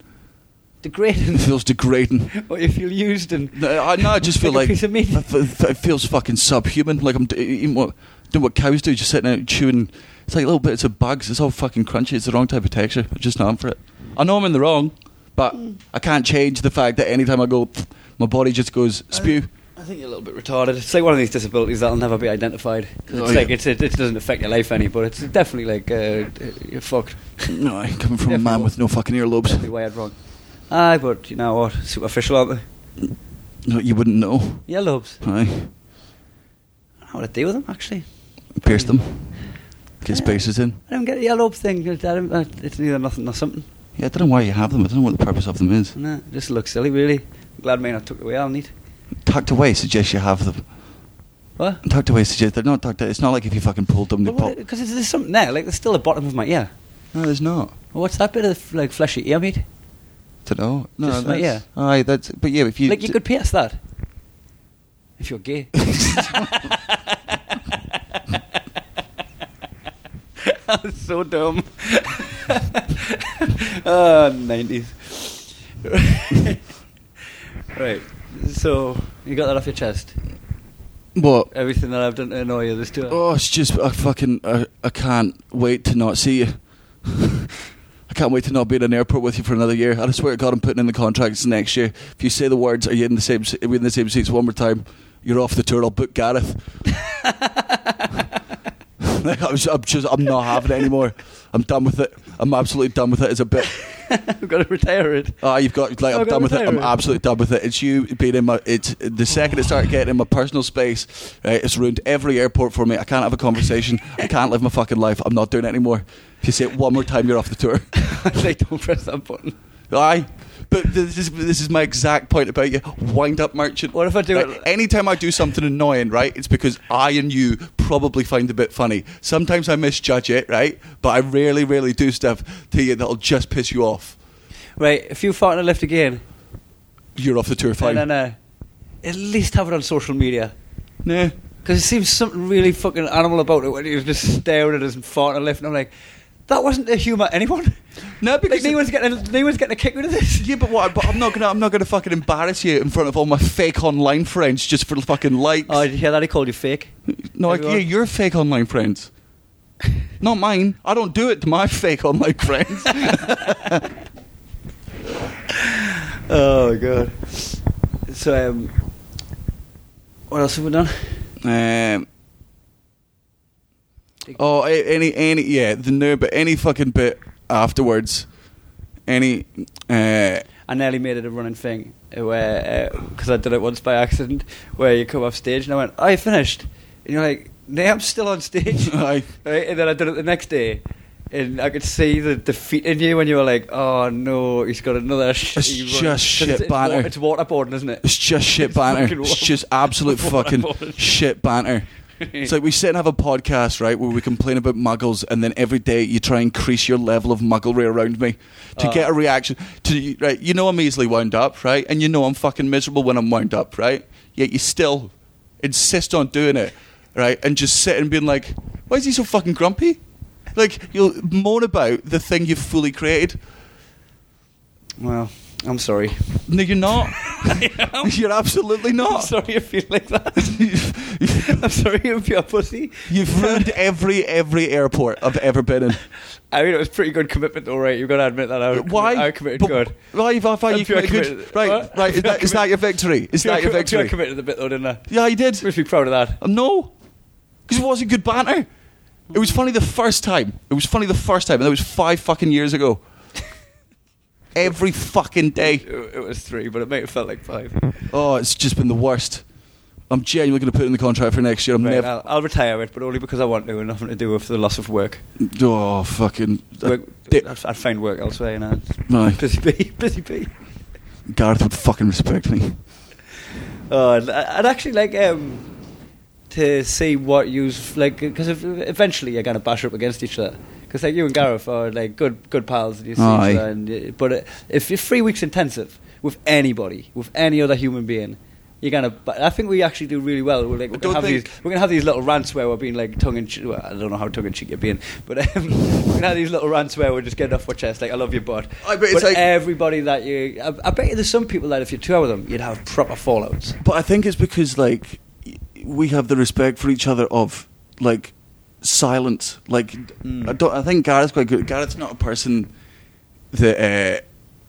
S4: Degrading. <laughs>
S3: It feels degrading.
S4: or you feel used and
S3: No, I, no,
S4: <laughs>
S3: I just feel
S4: Like
S3: like,
S4: a piece of meat.
S3: I f- f- <laughs> it feels fucking subhuman. Like I'm d- eating what doing what cows do, just sitting out chewing. It's like little bits of bugs. It's all fucking crunchy. It's the wrong type of texture. I'm just not in for it. I know I'm in the wrong, but
S4: Mm.
S3: I can't change the fact that anytime I go, <sniffs> my body just goes
S4: Uh.
S3: spew.
S4: I think you're a little bit retarded. It's like one of these disabilities that'll never be identified. 'Cause
S3: Oh,
S4: it's like
S3: yeah.
S4: it's, it, it doesn't affect your life any, but it's definitely like uh, you're fucked.
S3: no, I'm coming from a
S4: Definitely
S3: man
S4: won't.
S3: with no fucking
S4: Definitely
S3: earlobes.
S4: wired wrong. Aye, but you know what? Superficial, aren't they?
S3: No, you wouldn't know.
S4: Yeah, lobes.
S3: Aye,
S4: How would I deal with them actually?
S3: pierce them.
S4: <laughs>
S3: Get spaces in.
S4: I don't get the yellow thing. I don't, I, it's either nothing or something.
S3: Yeah, I don't know why you have them. I don't know what the purpose of them is.
S4: No, it just looks silly, really. glad mine I took it away. I'll need.
S3: Tucked away suggests you have them.
S4: What?
S3: Tucked away suggests they're not tucked. It's not like if you fucking pulled them, they pop.
S4: Because there's something there. Like there's still the bottom of my ear.
S3: No, there's not.
S4: Well, what's that bit of like fleshy ear meat?
S3: To know. No,
S4: Just like,
S3: that's, Aye, that's. But yeah, if you.
S4: like you could pierce that if you're
S3: <laughs>
S4: gay. <laughs> I'm so dumb. <laughs> Ah, 90s. <laughs> right. So you got that off your chest.
S3: What?
S4: Everything that I've done to annoy you this tour.
S3: Oh, it's just I fucking I, I can't wait to not see you. <laughs> I can't wait to not be in an airport with you for another year. I swear to God, I'm putting in the contracts next year. If you say the words, are you in the same? se- Are we in the same seats one more time? You're off the tour. I'll book Gareth.
S4: <laughs>
S3: <laughs> like I'm, just, I'm just I'm not having it anymore. I'm done with it. I'm absolutely done with it. It's a bit.
S4: <laughs> I've got to retire it. <laughs>
S3: Ah, you've got like I'm
S4: Okay,
S3: done with it. I'm
S4: retire.
S3: absolutely done with it. It's you being in my. It's the second it started getting in my personal space. Right, it's ruined every airport for me. I can't have a conversation. I can't live my fucking life. I'm not doing it anymore. If you say it one more time, you're off
S4: <laughs>
S3: the tour.
S4: like, don't press that button.
S3: Aye. But this is this is my exact point about you. Wind up merchant.
S4: What if I do
S3: Right,
S4: it-
S3: Anytime I do something annoying, right? It's because I and you probably find a bit funny. Sometimes I misjudge it, right? But I rarely, rarely do stuff to you that'll just piss you off.
S4: Right, if you fart in the lift again,
S3: You're off the tour. Fine.
S4: no, no, no. At least have it on social media.
S3: Nah.
S4: Because it seems something really fucking animal about it when you're just staring at us and farting and left, and I'm like, that wasn't a humour, anyone.
S3: No,
S4: Like,
S3: <laughs> because
S4: no one's getting a, no one's getting a kick out of this.
S3: Yeah, but what? But I'm not gonna. I'm not gonna fucking embarrass you in front of all my fake online friends just for fucking likes.
S4: Oh, did you hear that? He called you fake.
S3: no, I,
S4: everyone-
S3: yeah, your fake online friends, not mine. I don't do it to my fake online friends.
S4: Oh god. So, um, what else have we done?
S3: um, oh, a- any, any, yeah, the no, but any fucking bit afterwards. Any. Uh,
S4: I nearly made it a running thing uh, where because I did it once by accident, where you come off stage and I went, "I finished," and you're like, "No, I'm still on stage."
S3: <laughs> Aye.
S4: Right, and then I did it the next day, and I could see the defeat in you when you were like, "Oh no, he's got another." shitty
S3: just
S4: run."
S3: shit
S4: it's, it's, wa-
S3: banter.
S4: It's waterboarding, isn't it?
S3: It's just shit
S4: It's
S3: banter.
S4: fucking
S3: It's
S4: water-
S3: just
S4: <laughs>
S3: absolute fucking
S4: waterboarding.
S3: shit banter. It's like we sit and have a podcast, right, where we complain about muggles, and then every day you try and increase your level of mugglery around me to
S4: Ah.
S3: get a reaction. To right, you know I'm easily wound up, right, and you know I'm fucking miserable when I'm wound up, right. Yet you still insist on doing it, right, and just sit and being like, "Why is he so fucking grumpy?" Like you'll moan about the thing you've fully created.
S4: Well, I'm sorry.
S3: No,
S4: <laughs>
S3: you're not.
S4: I'm
S3: <laughs> you're
S4: <laughs>
S3: absolutely not.
S4: sorry you feel like that. <laughs> I'm sorry you're a pure pussy.
S3: You've ruined every every airport I've ever been in.
S4: <laughs> I mean, it was pretty good commitment, though, right? You've got to admit that. I
S3: Why?
S4: I committed
S3: But
S4: good.
S3: Why? Why? why
S4: I'm
S3: you
S4: pure
S3: committed good?
S4: committed.
S3: Right,
S4: What?
S3: right. Is
S4: I'm
S3: that, is that your victory? Is that your
S4: Pure- pure
S3: victory?
S4: committed to the bit, though, didn't I?
S3: yeah, you did.
S4: We should be proud of that.
S3: Um, no, because it wasn't good banter. It was funny the first time. It was funny the first time, and that was five fucking years
S4: <laughs>
S3: ago. Every fucking day.
S4: It it was three, but it might have felt like
S3: <laughs>
S4: five.
S3: Oh, it's just been the worst. I'm genuinely going to put it in the contract for next year. I'm
S4: Right,
S3: never.
S4: I'll, I'll retire it, but only because I want to and nothing to do with the loss of work.
S3: Oh, fucking.
S4: work
S3: Dick-
S4: I'd, I'd find work elsewhere, you know.
S3: Aye.
S4: Busy bee, <laughs> busy bee.
S3: Gareth would fucking respect me.
S4: Oh, I'd, I'd actually like um, to see what you's like because eventually you're gonna bash up against each other. Because like you and Gareth are like good good pals and you see
S3: Aye.
S4: each other. And, you- but uh, if you're three weeks intensive with anybody, with any other human being. You're gonna. But I think we actually do really well. We're like we're
S3: don't
S4: gonna have
S3: think-
S4: these. We're gonna have these little rants where we're being like tongue in cheek. Well, I don't know how tongue in cheek you're being, but <laughs> um, we're gonna have these little rants where we're just getting off our chest. Like I love your butt.
S3: Aye, but it's like-
S4: everybody that you. I, I bet you there's some people that if you two out with them, you'd have proper fallouts.
S3: But I think it's because like y- we have the respect for each other of like silence. Like I don't. I think Gareth's quite good. Gareth's not a person that uh,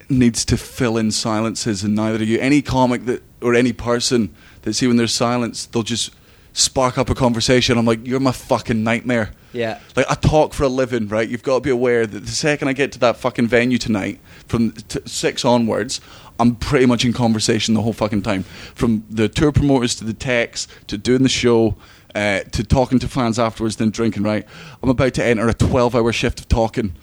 S3: needs to fill in silences, and neither are you. Any comic that or any person that see when there's silence, they'll just spark up a conversation. I'm like, you're my fucking nightmare.
S4: Yeah.
S3: Like I talk for a living, right? You've got to be aware that the second I get to that fucking venue tonight, from t- six onwards, I'm pretty much in conversation the whole fucking time. From the tour promoters to the techs to doing the show. Uh, to talking to fans afterwards, then drinking. Right, I'm about to enter a 12-hour shift of talking.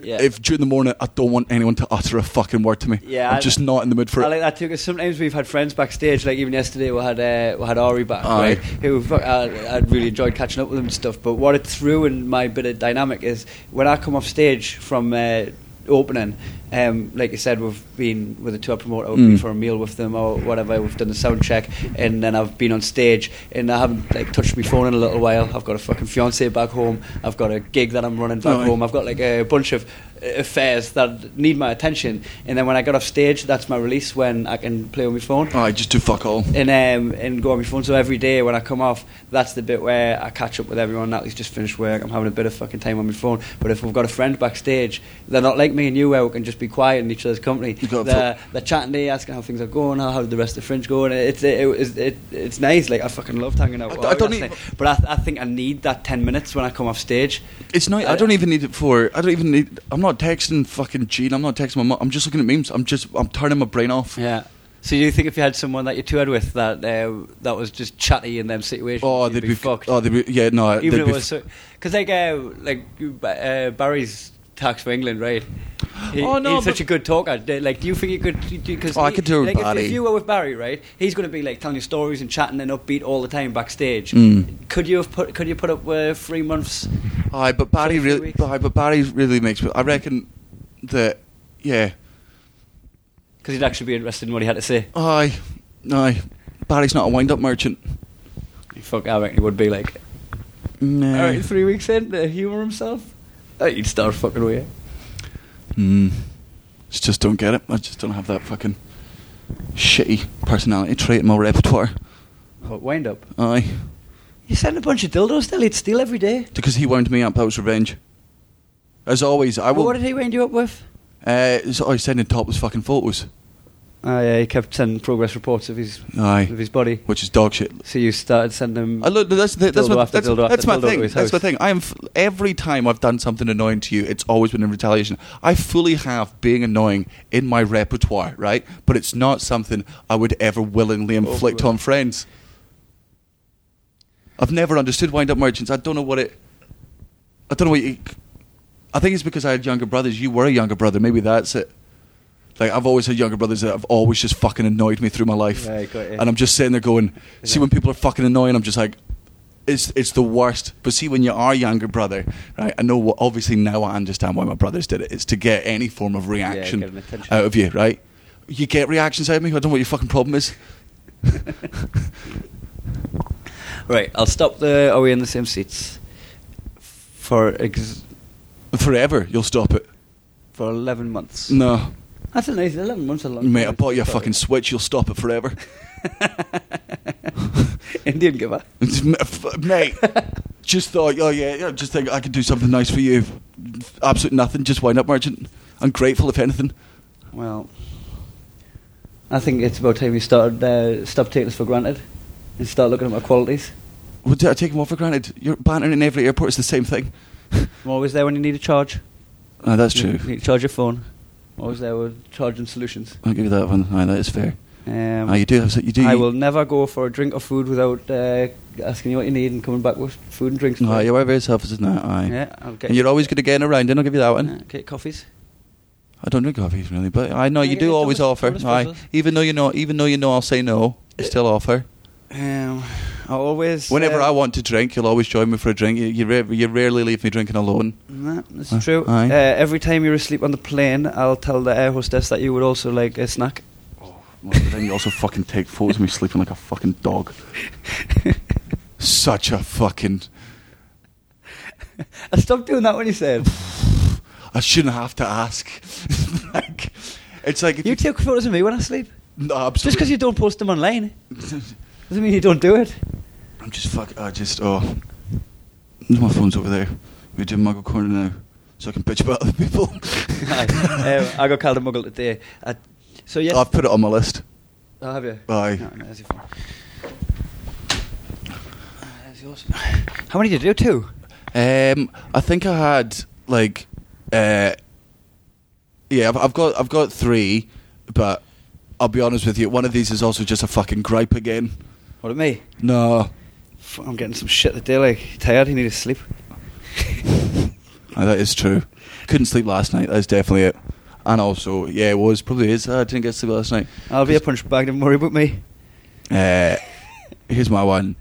S4: Yeah.
S3: If during the morning I don't want anyone to utter a fucking word to me,
S4: Yeah,
S3: I'm
S4: I-
S3: just not in the mood for
S4: I
S3: it.
S4: like that too because sometimes we've had friends backstage. Like even yesterday, we had uh, we had Ari back,
S3: Aye.
S4: right? Who fu- I, I really enjoyed catching up with him and stuff. But what it threw in my bit of dynamic is when I come off stage from uh, opening. Um, like you said, we've been with a tour promoter. We've been
S3: Mm.
S4: for a meal with them or whatever. We've done the sound check, and then I've been on stage, and I haven't like touched my phone in a little while. I've got a fucking fiance back home. I've got a gig that I'm running back
S3: Aye.
S4: home. I've got like a bunch of uh, affairs that need my attention, and then when I get off stage, that's my release when I can play on my phone
S3: I just do fuck all.
S4: and um, and go on my phone. So every day when I come off, that's the bit where I catch up with everyone. Natalie's just finished work. I'm having a bit of fucking time on my phone. But if we've got a friend backstage, they're not like me and you, where we can just be quiet in each other's company.
S3: You've got to
S4: They're, they're chatting to you, asking how things are going, how, how did the rest of the fringe go, and it's it, it, it, it's nice. Like I fucking loved hanging out.
S3: I
S4: with
S3: d- I
S4: Ari
S3: don't e-
S4: last
S3: need-
S4: night. but I, th- I think I need that ten minutes when I come off stage.
S3: It's not. I don't even need it for. I don't even need. I'm not texting fucking Gene. I'm not texting my mum. I'm just looking at memes. I'm just. I'm turning my brain off.
S4: Yeah. So you think if you had someone that you toured with that uh, that was just chatty in them situations,
S3: Oh,
S4: you'd
S3: they'd be,
S4: fucked.
S3: Oh, they'd be. Yeah, no.
S4: Even
S3: they'd
S4: if
S3: be
S4: it was so, because like uh, like you- Ba- uh, Barry's tax for England, right? He,
S3: Oh, no,
S4: he's such
S3: but-
S4: a good talker. They- Like, do you think you could? Because
S3: Oh, I could do with
S4: like, if-
S3: Barry.
S4: If, you were with Barry, right, he's going to be like telling you stories and chatting and upbeat all the time backstage.
S3: Hmm.
S4: Could you have put? Could you put up with three months?
S3: Aye, but Barry
S4: Two, three
S3: really.
S4: weeks.
S3: Aye, but Barry really makes me. I reckon that. Yeah.
S4: Because he'd actually be interested in what he had to say.
S3: Aye. Aye. Barry's not a wind-up merchant.
S4: Fuck, I reckon he would be like,
S3: No.
S4: all right, three weeks in, to humour himself. Uh, He'd start fucking away.
S3: Mm. Just, just don't get it. I just don't have that fucking shitty personality trait in my repertoire.
S4: But wind up.
S3: Aye.
S4: You send a bunch of dildos till he'd steal every day.
S3: Because he wound me up. That was revenge. As always, I will.
S4: What did he wind you up with?
S3: oh, Uh, so I was sending topless fucking photos.
S4: Uh, yeah, he kept sending progress reports of his
S3: Aye.
S4: of his body.
S3: Which is dog shit.
S4: So you started sending him.
S3: I look, that's the, that's
S4: Dildo
S3: my,
S4: after
S3: that's,
S4: dildo after
S3: that's my
S4: dildo to
S3: thing.
S4: his
S3: That's my
S4: house.
S3: thing. I am f- every time I've done something annoying to you, it's always been in retaliation. I fully have being annoying in my repertoire, right? But it's not something I would ever willingly inflict on friends. I've never understood wind up merchants. I don't know what it. I don't know what. You, I think it's because I had younger brothers. You were a younger brother. Maybe that's it. Like I've always had younger brothers that have always just fucking annoyed me through my life,
S4: Right, got you.
S3: and I'm just sitting there going, see when people are fucking annoying, I'm just like, it's it's the worst. But see when you are younger brother, right? I know what. Obviously now I understand why my brothers did it. It's to get any form of reaction
S4: get an attention.
S3: out of you, right? You get reactions out of me. I don't know what your fucking
S4: <laughs>
S3: problem is.
S4: right, I'll stop the. Are we in the same seats? For ex-
S3: Forever, you'll stop it.
S4: for eleven months.
S3: No,
S4: That's a nice eleven months. A long.
S3: mate, I
S4: time.
S3: bought you a
S4: Sorry.
S3: fucking switch. You'll stop it forever,
S4: <laughs> Indian giver.
S3: mate. Just thought, oh yeah, yeah, just think I could do something nice for you. Absolute nothing. Just wind up merchant. I'm grateful if anything.
S4: Well, I think it's about time we started uh, stop taking us for granted and start looking at my qualities.
S3: Well, did I take him off for granted? You're bantering in every airport. It's the same thing. <laughs>
S4: I'm always there when you need a charge.
S3: Oh, that's
S4: You
S3: true.
S4: need to charge your phone. I'm always there with charging solutions.
S3: I'll give you that one. Aye, that is fair.
S4: Um,
S3: Ah, you do have. You do.
S4: I will never go for a drink or food without uh, asking you what you need and coming back with food and drinks.
S3: Aye, Ah, you're very, very selfish, isn't that? Aye.
S4: Yeah, I'll get
S3: And you're always good at getting around. Then I'll give you that one.
S4: Yeah, get Uh, coffees.
S3: I don't drink coffees really, but I know
S4: Yeah,
S3: you
S4: get- get
S3: do always
S4: double-
S3: offer.
S4: double
S3: Aye,
S4: espressos.
S3: even though you know, even though you know, I'll say no. You still offer.
S4: Um, I always. uh,
S3: Whenever I want to drink, you'll always join me for a drink. You you, ra- you rarely leave me drinking alone.
S4: Nah, that's
S3: Uh,
S4: true.
S3: aye.
S4: Uh, every time you're asleep on the plane, I'll tell the air hostess that you would also like a snack. <laughs>
S3: Well, but Oh, then you also fucking take photos of me sleeping like a fucking dog. Such a fucking.
S4: I stopped doing that when you said.
S3: <laughs> I shouldn't have to ask. <laughs> like, it's like if
S4: You
S3: you,
S4: take photos of me when I sleep.
S3: no,
S4: Just because
S3: absolutely.
S4: you don't post them online doesn't mean you don't do it.
S3: <laughs>
S4: <laughs>
S3: I'm just fuck. I just oh, my phone's over there. We're doing Muggle Corner now, so I can bitch about other people.
S4: <laughs>
S3: <laughs>
S4: Aye. um, I got called a muggle today. I, so yes,
S3: I've put it on my list.
S4: I'll have you.
S3: Aye.
S4: No, no, that's your phone. Uh, that's yours. How many did you do? Two.
S3: Um, I think I had like, uh, yeah, I've, I've got I've got three, but I'll be honest with you, one of these is also just a fucking gripe again.
S4: What at me?
S3: No,
S4: F- I'm getting some shit today. Like tired, you need to sleep.
S3: Ah, that is true. Couldn't sleep last night. That's definitely it. And also, yeah, it was probably is. I didn't get to sleep last night.
S4: I'll be a punch bag. Don't worry about me.
S3: Uh, here's my one.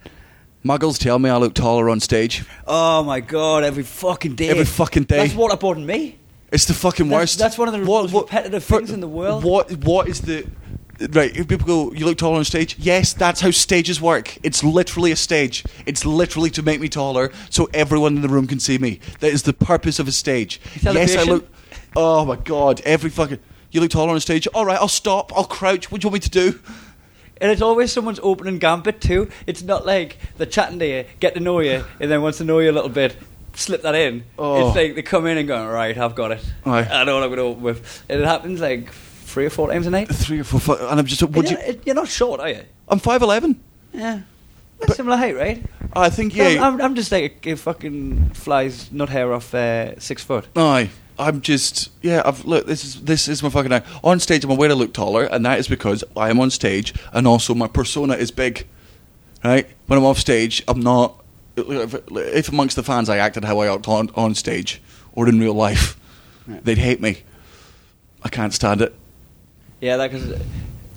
S3: Muggles tell me I look taller on stage.
S4: Oh my god! Every fucking day.
S3: Every fucking day.
S4: That's waterboarding me.
S3: It's the fucking
S4: That's-
S3: worst.
S4: that's one of the most repetitive
S3: for-
S4: things in the world.
S3: What what is the right? If people go, you look taller on stage. Yes, that's how stages work. It's literally a stage. It's literally to make me taller so everyone in the room can see me. That is the purpose of a stage.
S4: It's
S3: Yes, I
S4: elevation.
S3: look. Oh my god! Every fucking you look taller on stage. All right, I'll stop. I'll crouch. What do you want me to do?
S4: And it's always someone's opening gambit too. It's not like they're chatting to you, get to know <laughs> you, and then once they know you a little bit, slip that in.
S3: Oh.
S4: It's like they come in and go, right, I've got it.
S3: Aye.
S4: I know what I'm going to open with. And it happens like three or four times a night.
S3: Three or four. Fu- and I'm just.
S4: And
S3: Would you?
S4: you're, it- you're not short, are you?
S3: I'm five eleven.
S4: Yeah. We're
S3: But-
S4: similar height, right?
S3: I think
S4: So
S3: yeah.
S4: I'm, I'm, I'm just like a, a fucking flies nut hair off uh, six foot.
S3: Aye. I'm just yeah. I've look. This is this is my fucking. eye. On stage, I'm aware I look taller, and that is because I am on stage, and also my persona is big. Right when I'm off stage, I'm not. If, if amongst the fans I acted how I act on, on stage or in real life,
S4: Right.
S3: they'd hate me. I can't stand it.
S4: Yeah, that because uh,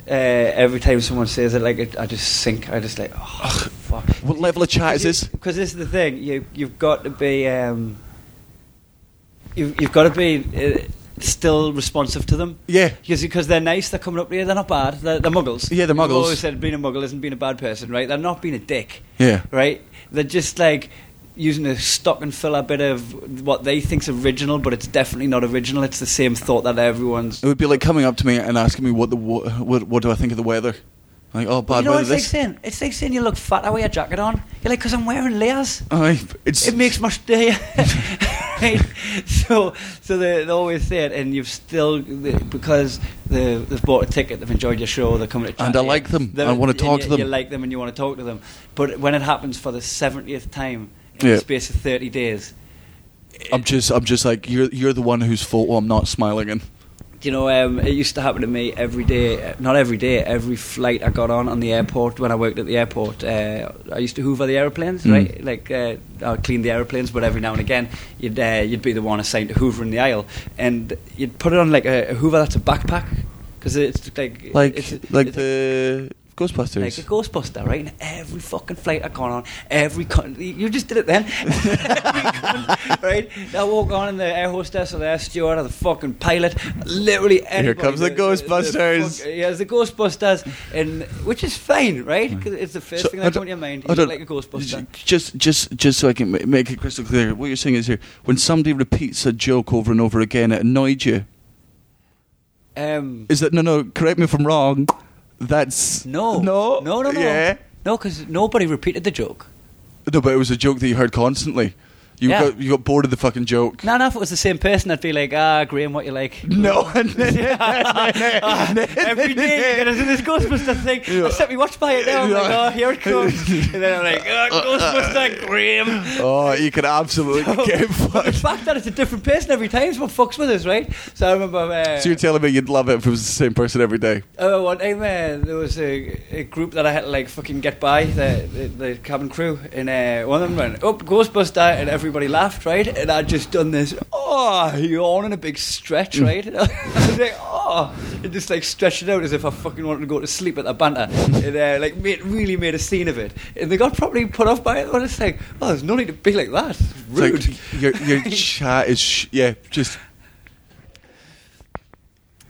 S4: every time someone says it, like it, I just sink. I just like, oh, fuck.
S3: What level of chat is this?
S4: Because this is the thing. You you've got to be um, you you've got to be uh, still responsive to them.
S3: Yeah.
S4: Because because they're nice. They're coming up to you. They're not bad. They're, they're muggles.
S3: Yeah, they're
S4: We've
S3: muggles.
S4: always said being a muggle isn't being a bad person, right? They're not being a dick.
S3: Yeah.
S4: Right. They're just like. Using a stock and filler bit of what they think's original, but it's definitely not original. It's the same thought that everyone's
S3: It would be like coming up to me and asking me what the wo- what, what do I think of the weather? Like oh bad
S4: you know what
S3: weather
S4: it's like
S3: this.
S4: saying? It's like saying you look fat. I wear a jacket on. You're like, because I'm wearing layers. <laughs>
S3: Aye, it's
S4: It makes my day. right? So, so they're, they're always there, and you've still because they, they've bought a ticket, they've enjoyed your show, they're coming to. chat
S3: And
S4: to
S3: I
S4: you.
S3: like them.
S4: They're-
S3: I wanna
S4: and
S3: talk
S4: you-
S3: to them.
S4: You like them, and you want to talk to them. But when it happens for the seventieth time in
S3: Yeah.
S4: the space of thirty days,
S3: I'm just, I'm just like you're. You're the one whose photo I'm not smiling in.
S4: Do you know, um, it used to happen to me every day, not every day, every flight I got on on the airport when I worked at the airport. Uh, I used to hoover the airplanes,
S3: Mm.
S4: right? Like, uh, I'd clean the airplanes, but every now and again, you'd, uh, you'd be the one assigned to hoover in the aisle. And you'd put it on like a, a hoover that's a backpack, because it's like.
S3: Like,
S4: it's,
S3: like
S4: it's-
S3: the Ghostbusters.
S4: like a Ghostbuster, right? And every fucking flight I've gone on, every con- you just did it then, <laughs> right? I walk on, and the air hostess or the air steward or the fucking pilot, literally. anybody-
S3: comes the Ghostbusters.
S4: fuck- yeah, it's the Ghostbusters, and which is fine, right? 'Cause it's the first
S3: Mm. So,
S4: thing
S3: I
S4: that
S3: don't-
S4: comes to your mind.
S3: I
S4: You
S3: don't-
S4: look like a Ghostbuster.
S3: Just, just, just so I can ma- make it crystal clear, what you're saying is here: when somebody repeats a joke over and over again, it annoyed you.
S4: Um,
S3: Is that no, no? Correct me if I'm wrong. That's
S4: no,
S3: no,
S4: no, no, no,
S3: yeah,
S4: no, because nobody repeated the joke.
S3: no. But it was a joke that you heard constantly. You
S4: Yeah.
S3: got, you got bored of the fucking joke.
S4: No, no, if it was the same person, I'd be like, ah, Graham, what you like?
S3: No,
S4: <laughs>
S3: <laughs>
S4: Every day you're gonna do this Ghostbuster thing.
S3: Yeah.
S4: I set me watch by it now. I'm like,
S3: Yeah.
S4: oh, here it comes. And then I'm like, oh, Ghostbuster Graham.
S3: Oh, you could absolutely
S4: <laughs> But
S3: get
S4: the
S3: fucked.
S4: fact that it's a different person every time is what fucks with us, right? So I remember uh,
S3: So you're telling me you'd love it if it was the same person every day?
S4: uh, one time uh, there was a, a group that I had to like fucking get by the, the, the cabin crew, and uh, one of them went up Ghostbuster, and everybody laughed, right? And I'd just done this, oh, yawn and a big stretch,
S3: Mm.
S4: right? <laughs> And I was like, oh, and just like stretching out as if I fucking wanted to go to sleep at the banter,
S3: Mm.
S4: and uh, like made, really made a scene of it. And they got probably put off by it. I was like, well, there's no need to be like that. It's
S3: It's like
S4: rude.
S3: your your
S4: <laughs>
S3: chat is sh- yeah, just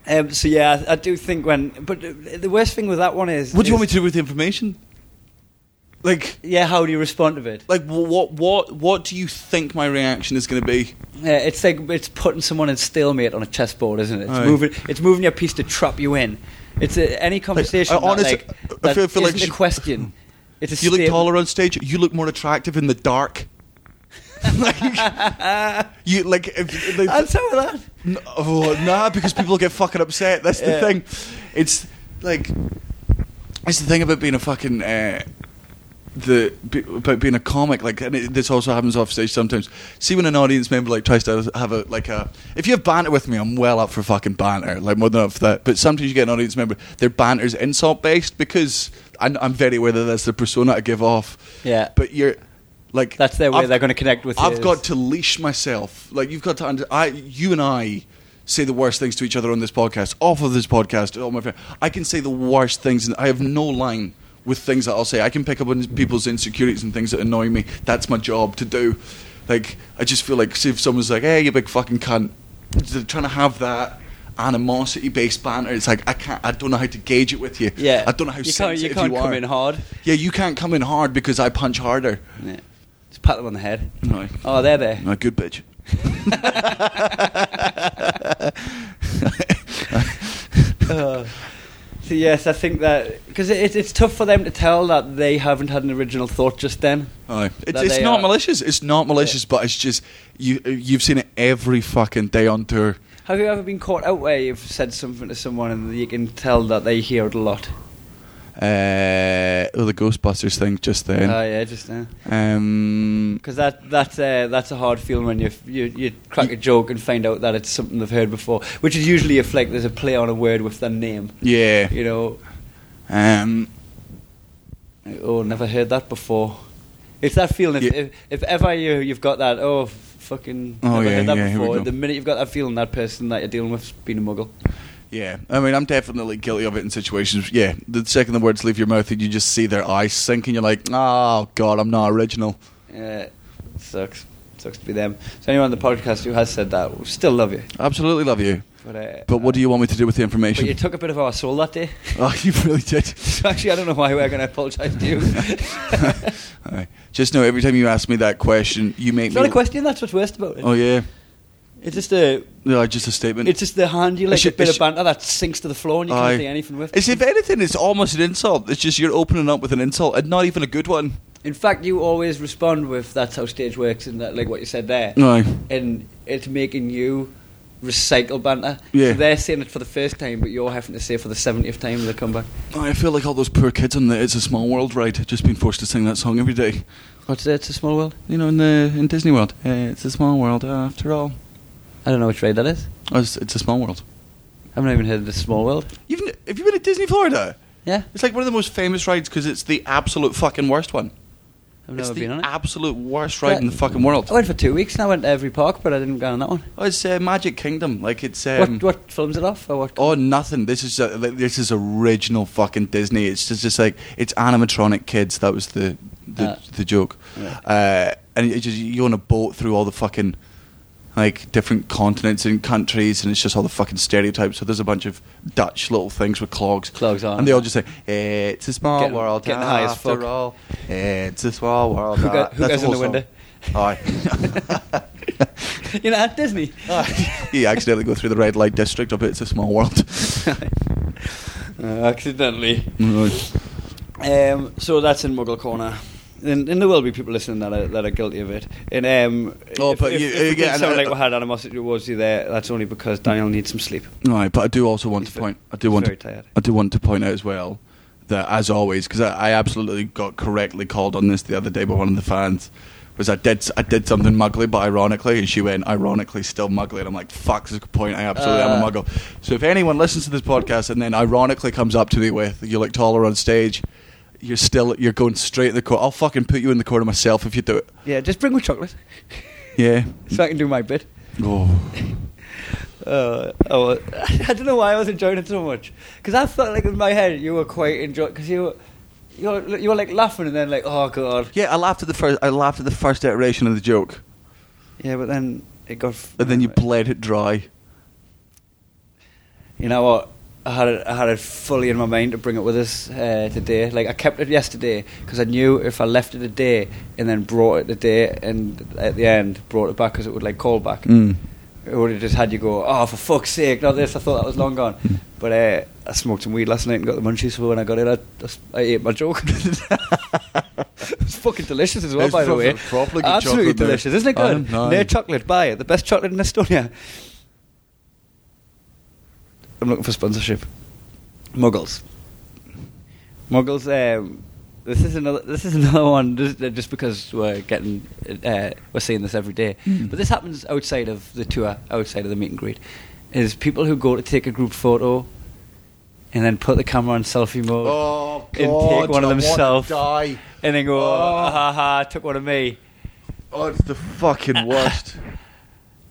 S4: um, so yeah, I, I do think when, but the the worst thing with that one is,
S3: What do you want me
S4: is-
S3: to do with the information? Like,
S4: Yeah, how do you respond to it?
S3: like wh- what, what, what do you think my reaction is going to be?
S4: Yeah, it's like it's putting someone in stalemate on a chessboard, isn't it? It's
S3: Aye.
S4: moving, it's moving your piece to trap you in. It's a, any conversation
S3: I
S4: that,
S3: honest- I
S4: like, that
S3: feel- I feel like
S4: isn't
S3: she-
S4: a
S3: <laughs>
S4: question. It's a
S3: You look
S4: statement. <laughs>
S3: taller on stage. You look more attractive in the dark. <laughs> like, you like, if, like
S4: And so with that.
S3: n- oh, nah, because people get fucking upset. That's the
S4: Yeah.
S3: thing. It's like, it's the thing about being a fucking. Uh, the be, about being a comic like and it, this also happens off stage sometimes see when an audience member like tries to have a like a if you have banter with me i'm well up for fucking banter like more than up for that but sometimes you get an audience member their banter's insult based because I'm, I'm very aware that that's the persona i give off
S4: Yeah.
S3: but you're like
S4: That's their way they're gonna connect with
S3: i've
S4: you.
S3: got to leash myself like you've got to under, i you and i say the worst things to each other on this podcast off of this podcast all my friend i can say the worst things and i have no line with things that i'll say i can pick up on people's insecurities and things that annoy me that's my job to do like i just feel like see if someone's like hey you big fucking cunt they're trying to have that animosity based banter it's like i can't i don't know how to gauge it with you
S4: Yeah,
S3: i don't know how
S4: you can't,
S3: sensitive
S4: you can't come
S3: are.
S4: in hard.
S3: Yeah, you can't come in hard because I punch harder.
S4: Yeah. Just pat them on the head.
S3: No.
S4: Oh, they're <laughs> there.
S3: No, good bitch.
S4: Uh, so yes, I think that because it, it's it's tough for them to tell that they haven't had an original thought just then.
S3: Aye. It's,
S4: That
S3: it's
S4: they uh,
S3: not
S4: are-
S3: malicious. It's not malicious, but it's just you. You've seen it every fucking day on tour.
S4: Have you ever been caught out where you've said something to someone and you can tell that they hear it a lot?
S3: Uh, oh, the Ghostbusters thing just
S4: Oh
S3: then.
S4: yeah, just now.
S3: Um,
S4: Because that that's uh, that's a hard feeling when you, you you crack a joke and find out that it's something they've heard before, which is usually if like there's a play on a word with their name,
S3: yeah.
S4: you know.
S3: Um,
S4: Oh, never heard that before. It's that feeling. If
S3: Yeah.
S4: if, if ever you you've got that oh f- fucking
S3: Oh,
S4: never
S3: yeah,
S4: heard that
S3: yeah, here we
S4: before.
S3: go.
S4: The minute you've got that feeling, that person that you're dealing with's been a muggle.
S3: yeah. I mean, I'm definitely guilty of it in situations. Yeah. The second the words leave your mouth, and you just see their eyes sink, and you're like, "Oh God, I'm not original."
S4: Yeah, Uh, sucks. Sucks to be them. So anyone on the podcast who has said that, we still love you.
S3: Absolutely love you.
S4: But, uh,
S3: But what do you want me to do with the
S4: But
S3: information?
S4: you took a bit of our soul that day.
S3: <laughs>
S4: <laughs>
S3: Oh, you really did.
S4: So <laughs> actually, I don't know why we're going to apologise
S3: <laughs>
S4: to you. <laughs> it's
S3: Aye. Just know every time you ask me that question, you make me.
S4: not a question. That's what's worst about it.
S3: Oh yeah,
S4: It's just a.
S3: no, just a statement.
S4: It's just the hand you like
S3: should-
S4: a bit
S3: I
S4: of
S3: should-
S4: banter that sinks to the floor and you
S3: Aye.
S4: can't do anything with.
S3: It's if anything, it's almost an insult. It's just you're opening up with an insult and not even a good one.
S4: In fact, you always respond with "That's how stage works," and that, like what you said there,
S3: Aye.
S4: and it's making you recycle banter.
S3: Yeah.
S4: So they're saying it for the first time, but you're having to say it for the seventieth time they come back.
S3: I feel like all those poor kids on the It's a Small World ride have just been forced to sing that song every day.
S4: What's that? It's a small world.
S3: You know, in the in Disney World, uh, it's a small world after all.
S4: I don't know which ride that is.
S3: Oh, It's, it's a small world.
S4: I've not even heard of the small world.
S3: You've, n- have you been at Disney Florida?
S4: Yeah,
S3: It's like one of the most famous rides because it's the absolute fucking worst one.
S4: I've
S3: it's
S4: never
S3: the
S4: been on it.
S3: absolute worst ride in the
S4: Yeah.
S3: fucking world.
S4: I went for two weeks and I went to every park, but I didn't go on that one.
S3: Oh, it's uh, Magic Kingdom. Like it's um,
S4: what what films it off or what?
S3: Oh, nothing. This is uh, like, this is original fucking Disney. It's just, just like it's animatronic kids. That was the the,
S4: Uh,
S3: the joke. Uh, and it just you on a boat through all the fucking like different continents and countries, and it's just all the fucking stereotypes. So there's a bunch of Dutch little things with clogs,
S4: Clogs on.
S3: and they all just say it's a small
S4: Getting-
S3: world.
S4: getting high as
S3: after
S4: fuck.
S3: all, it's a small world.
S4: Who go- who goes
S3: That's
S4: in
S3: whole
S4: the
S3: song.
S4: window? <laughs>
S3: Aye.
S4: <laughs> you know, at
S3: <laughs>
S4: Disney.
S3: you <laughs> accidentally go through the red light district of it's a small <laughs> world.
S4: Uh, accidentally. Um, so that's in Muggle Corner. And, and there will be people listening that are, that are guilty of it. And um,
S3: Oh,
S4: if,
S3: but
S4: if,
S3: you-
S4: if it
S3: again,
S4: did sound
S3: uh,
S4: like we had animosity towards you there, that's only because Daniel needs some sleep.
S3: No, but I do also want
S4: He's
S3: to
S4: ve-
S3: point. I do
S4: he's
S3: want.
S4: very
S3: To,
S4: tired.
S3: I do want to point out as well that, as always, because I, I absolutely got correctly called on this the other day by one of the fans. Was I did I did something muggly, but ironically, and she went ironically still muggly, and I'm like, fuck, this is a good point. I absolutely am a
S4: Uh.
S3: muggle. So if anyone listens to this podcast and then ironically comes up to me with you look taller on stage, you're still you're going straight in the corner. I'll fucking put you in the corner myself if you do it.
S4: Yeah, just bring me chocolate
S3: Yeah.
S4: <laughs> so I can do my bit.
S3: Oh.
S4: Uh, I, was, <laughs> I don't know why I was enjoying it so much because I felt like in my head you were quite enjoying because you were, you were you were like laughing and then like oh god
S3: Yeah, I laughed at the first. I laughed at the first iteration of the joke,
S4: yeah but then it got f-
S3: and then you bled it dry.
S4: You know what? I had it, I had it fully in my mind to bring it with us uh, today. Like I kept it yesterday because I knew if I left it a day and then brought it today and at the end brought it back because it would like call back.
S3: Mm.
S4: It would have just had you go, oh for fuck's sake, not this. I thought that was long
S3: <laughs>
S4: gone. But uh, I smoked some weed last night and got the munchies. So when I got it, I, I s- I ate my joke. <laughs> it's fucking delicious as well,
S3: It's
S4: by the
S3: proper-
S4: way.
S3: proper good
S4: Absolutely
S3: chocolate there.
S4: delicious, isn't it? Good.
S3: Aye, aye.
S4: Their chocolate, buy it. The best chocolate in Estonia. I'm looking for sponsorship. Muggles. Muggles. Um, this is another. This is <laughs> another one. Just, uh, just because we're getting, uh, we're seeing this every day. But this happens outside of the tour, outside of the meet and greet. Is people who go to take a group photo, and then put the camera on selfie mode,
S3: Oh,
S4: and take
S3: God,
S4: one of
S3: I want to
S4: themselves,
S3: die.
S4: and then go,
S3: Oh.
S4: "Ah, ha ha, I took one of me.
S3: Oh, it's the fucking worst.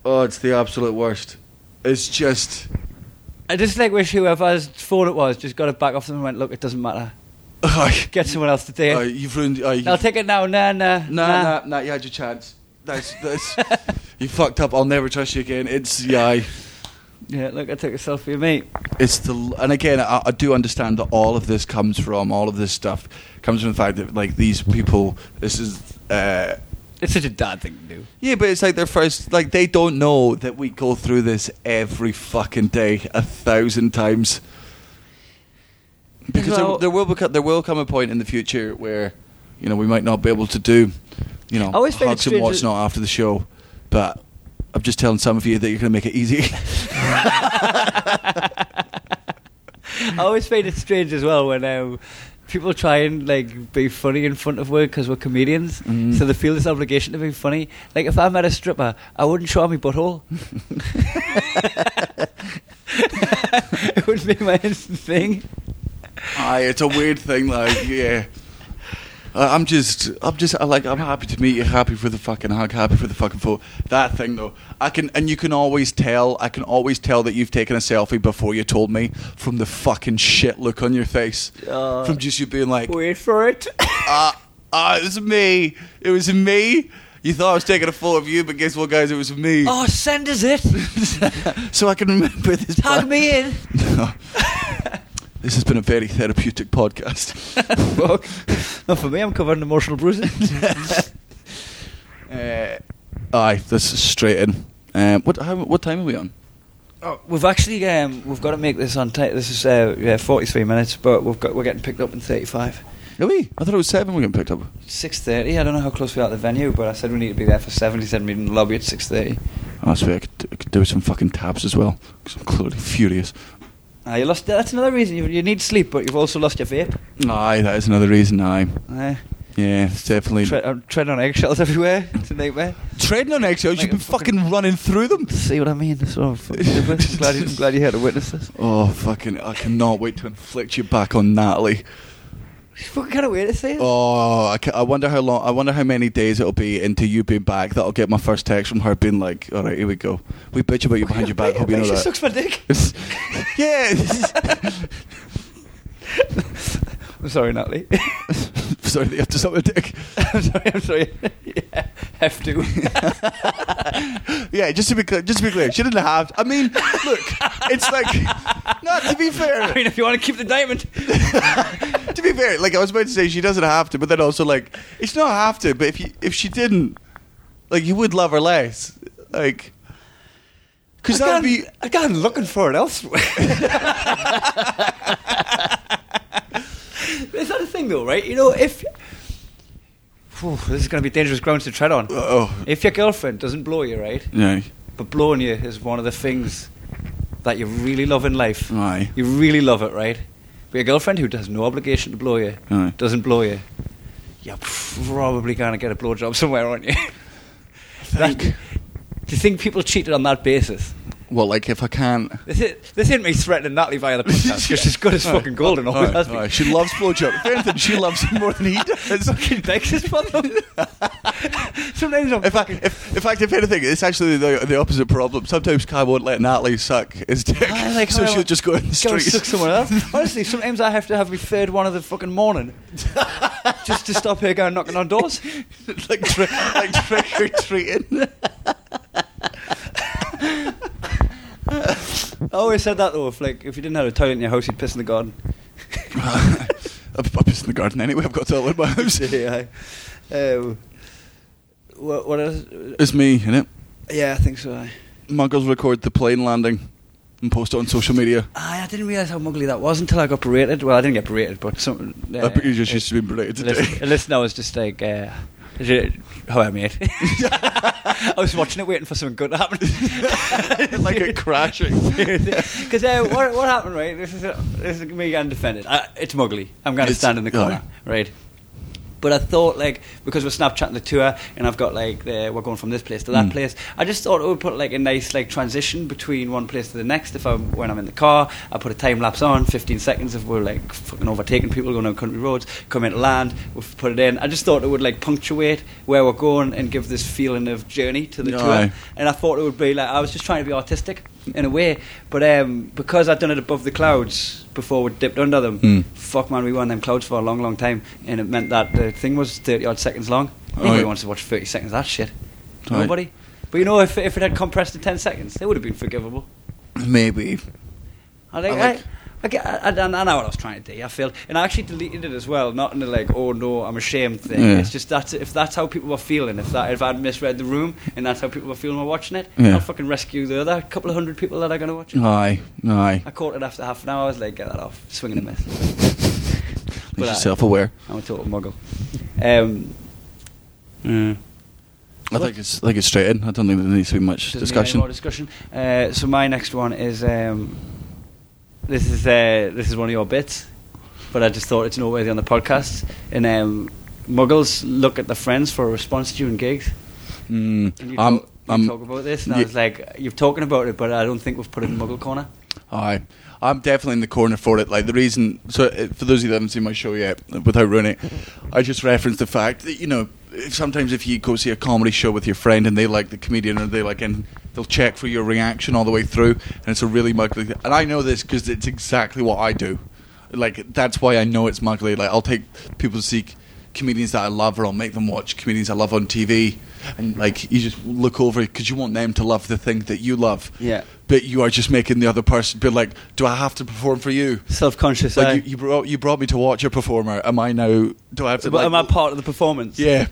S3: oh, it's the absolute worst. It's just. <laughs>
S4: I just like wish whoever's phone it was just got it back off them and went, look, it doesn't matter.
S3: Aye.
S4: Get someone else to do
S3: Aye,
S4: it.
S3: you've ruined. Aye,
S4: I'll take it now. Nah, nah,
S3: Nah, nah, nah, You had your chance. That's that's. <laughs> you fucked up. I'll never trust you again. It's yeah. aye.
S4: Yeah, look, I took a selfie of me.
S3: It's the and again, I, I do understand that all of this comes from all of this stuff comes from the fact that like these people. This is. uh
S4: It's such a dad thing to do.
S3: Yeah, but it's like their first. Like they don't know that we go through this every fucking day, a thousand times. Because
S4: Well-
S3: there, there will become, there will come a point in the future where, you know, we might not be able to do, you know,
S4: I always find it
S3: hugs and
S4: strange
S3: what's
S4: that-
S3: not after the show. But I'm just telling some of you that you're going to make it easy. <laughs>
S4: I always find it strange as well when um, people try and like be funny in front of work because we're comedians, so they feel this obligation to be funny. Like if I met a stripper, I wouldn't show her my <laughs> butthole. it would be my <laughs> instant thing.
S3: Aye, it's a weird thing. Like, yeah. I- I'm just, I'm just, I like, I'm happy to meet you, happy for the fucking hug, happy for the fucking photo. That thing though, I can, and you can always tell, I can always tell that you've taken a selfie before you told me from the fucking shit look on your face,
S4: Uh,
S3: from just you being like,
S4: Wait for it.
S3: ah, ah, it was me, it was me. You thought I was taking a photo of you, but guess what, guys, it was me.
S4: oh, send us <laughs> it.
S3: <laughs> so I can remember this.
S4: Tag me in.
S3: <laughs>
S4: <laughs>
S3: this has been a very therapeutic podcast.
S4: Fuck. Not for me. I'm covering emotional bruising.
S3: <laughs> Uh, aye, this is straight in. Um, what how, what time are we on?
S4: <laughs> Oh, we've actually um, we've got to make this on time. This is uh, yeah, forty three minutes, but we've got we're getting picked up in thirty five.
S3: Are we? I thought it was seven we getting picked up.
S4: Six thirty. I don't know how close we are to the venue, but I said we need to be there for seven. He said meet in the lobby at six thirty.
S3: I swear I could, I could do some fucking tabs as well. 'cause I'm clearly furious.
S4: Ah, you lost. That's another reason you, you need sleep, but you've also lost your vape.
S3: Aye, that is another reason. Aye,
S4: Uh,
S3: yeah, it's definitely.
S4: tre- uh, I'm treading on eggshells <laughs> everywhere. It's a nightmare.
S3: Treading on eggshells,
S4: Like
S3: you've
S4: a
S3: been fucking running through them.
S4: See what I mean? That's what I'm, <laughs> fucking doing. I'm glad you, I'm glad you had to witness this.
S3: Oh fucking! I cannot wait to inflict you back on Natalie.
S4: It's fucking kind of weird to say. it.
S3: Oh, I, ca- I wonder how long. I wonder how many days it'll be into you being back. That'll get my first text from her being like, "All right, here we go. We bitch about you behind
S4: <laughs>
S3: your back. Hope you know
S4: She
S3: that."
S4: sucks <laughs> my dick.
S3: <laughs> yeah. <laughs>
S4: <laughs> I'm sorry, Natalie. <laughs>
S3: Sorry, that you have to suck my dick. <laughs>
S4: I'm sorry. I'm sorry. <laughs> yeah, have to.
S3: Yeah, just to be clear, just to be clear, she didn't have. I mean, look, it's like, no. To
S4: <laughs>
S3: be
S4: I
S3: <laughs> fair,
S4: mean, if you want to keep the diamond,
S3: <laughs> to be fair, like I was about to say, she doesn't have to, but then also like, it's not have to. But if you if she didn't, like, you would love her less, like, because
S4: I
S3: that'd
S4: gone,
S3: be.
S4: I gone looking for it <laughs> elsewhere. Is that a thing though, right? You know, if Phew, this is going to be dangerous grounds to tread on.
S3: Oh,
S4: If your girlfriend doesn't blow you, right?
S3: yeah,
S4: But blowing you is one of the things that you really love in life.
S3: aye,
S4: You really love it, right? But your girlfriend who has no obligation to blow you
S3: Aye.
S4: doesn't blow you. You're probably going to get a blowjob somewhere, aren't you? <laughs> That- do you think people cheated on that basis?
S3: Well, like if I can't.
S4: This, is, this ain't me threatening Natalie via
S3: <laughs>
S4: the podcast 'cause she's good as fucking gold and always has been.
S3: She loves blowjob. If anything, she loves him more than he <laughs>
S4: <laughs>
S3: does.
S4: Fucking begs his
S3: <laughs>
S4: problem. Sometimes I'm
S3: In fact,
S4: fucking.
S3: if, in fact, if anything, it's actually the, the opposite problem. Sometimes Kai won't let Natalie suck his dick,
S4: I Ah, like
S3: <laughs>
S4: how
S3: so
S4: I
S3: she'll
S4: want-
S3: just go in the
S4: Go and
S3: streets.
S4: suck someone else. Honestly, sometimes I have to have my third one of the fucking morning just to stop her going knocking on doors.
S3: <laughs> like tri- like trick or treating.
S4: I always said that though. If like if you didn't have a toilet in your house, you'd piss in the
S3: <laughs>
S4: garden.
S3: I I piss in the garden anyway. I've got to in my
S4: <laughs>
S3: house.
S4: yeah. Um, what, what else?
S3: It's me, innit?
S4: Yeah, I think so. Aye.
S3: Muggles record the plane landing and post it on social media.
S4: I, I didn't realise how muggly that was until I got berated. Well, I didn't get berated, but some.
S3: I bet you just used to be berated today.
S4: Listen, listen, I was just like, uh, is it- how I
S3: <laughs>
S4: made. <laughs> I was watching it, waiting for something good to happen.
S3: <laughs> like
S4: <laughs>
S3: it crashing.
S4: Because uh, what, what happened, right? This is, this is me getting defended. I, it's muggly. I'm going to
S3: It's-
S4: stand in the corner,
S3: aye.
S4: right? But I thought, like, because we're Snapchatting the tour, and I've got like, the, we're going from this place to that place. I just thought it would put like a nice like transition between one place to the next. If I'm when I'm in the car, I put a time lapse on, 15 seconds if we're like fucking overtaking people going on country roads, come into land, we've put it in. I just thought it would like punctuate where we're going and give this feeling of journey to the tour
S3: Aye.
S4: and I thought it would be like I was just trying to be artistic in a way, but um, because I'd done it above the clouds before we dipped under them,
S3: Mm.
S4: fuck man, we were on them clouds for a long, long time, and it meant that the thing was thirty odd seconds long. Nobody
S3: Right.
S4: wants to watch thirty seconds of that shit.
S3: Right.
S4: Nobody. But you know, if if it had compressed to ten seconds, it would have been forgivable.
S3: Maybe.
S4: I think
S3: I
S4: I.
S3: like-
S4: I get- I, I, I know what I was trying to do. I feel, and I actually deleted it as well, not in the like, oh no, I'm ashamed thing.
S3: Yeah.
S4: It's just that if that's how people were feeling, if that if I'd misread the room and that's how people were feeling while watching it,
S3: Yeah.
S4: I'll fucking rescue the other couple of hundred people that are going to watch it.
S3: Aye, aye.
S4: I caught it after half an hour. I was like, get that off, swinging a miss.
S3: You're
S4: But I-
S3: self-aware.
S4: I'm a total muggle. Um, yeah.
S3: I think it's like it's straight in. I don't think there needs to be much
S4: Doesn't need any
S3: discussion.
S4: more discussion. Uh, so my next one is um, this is uh, this is one of your bits, but I just thought it's noteworthy on the podcast. And um, Muggles look at their friends for a response during gigs.
S3: Mm,
S4: And you,
S3: I'm-
S4: talk,
S3: I'm-
S4: you talk about this, and I
S3: Ye-
S4: was like, "You're talking about it, but I don't think we've put it in Muggle corner."
S3: Aye. I'm definitely in the corner for it. Like the reason, so uh, for those of you that haven't seen my show yet, without ruining it, I just referenced the fact that you know if sometimes if you go see a comedy show with your friend and they like the comedian or they like and they'll check for your reaction all the way through, and it's a really muggly. Thing. And I know this because it's exactly what I do. Like that's why I know it's muggly. Like I'll take people to see comedians that I love, or I'll make them watch comedians I love on TV, and like you just look over because you want them to love the thing that you love
S4: Yeah.
S3: but you are just making the other person be like, "Do I have to perform for you?"
S4: Self-conscious. aye.
S3: Like you, you brought you brought me to watch a performer. Am I now? Do I have to?
S4: but
S3: like-
S4: am I part of the performance?
S3: Yeah.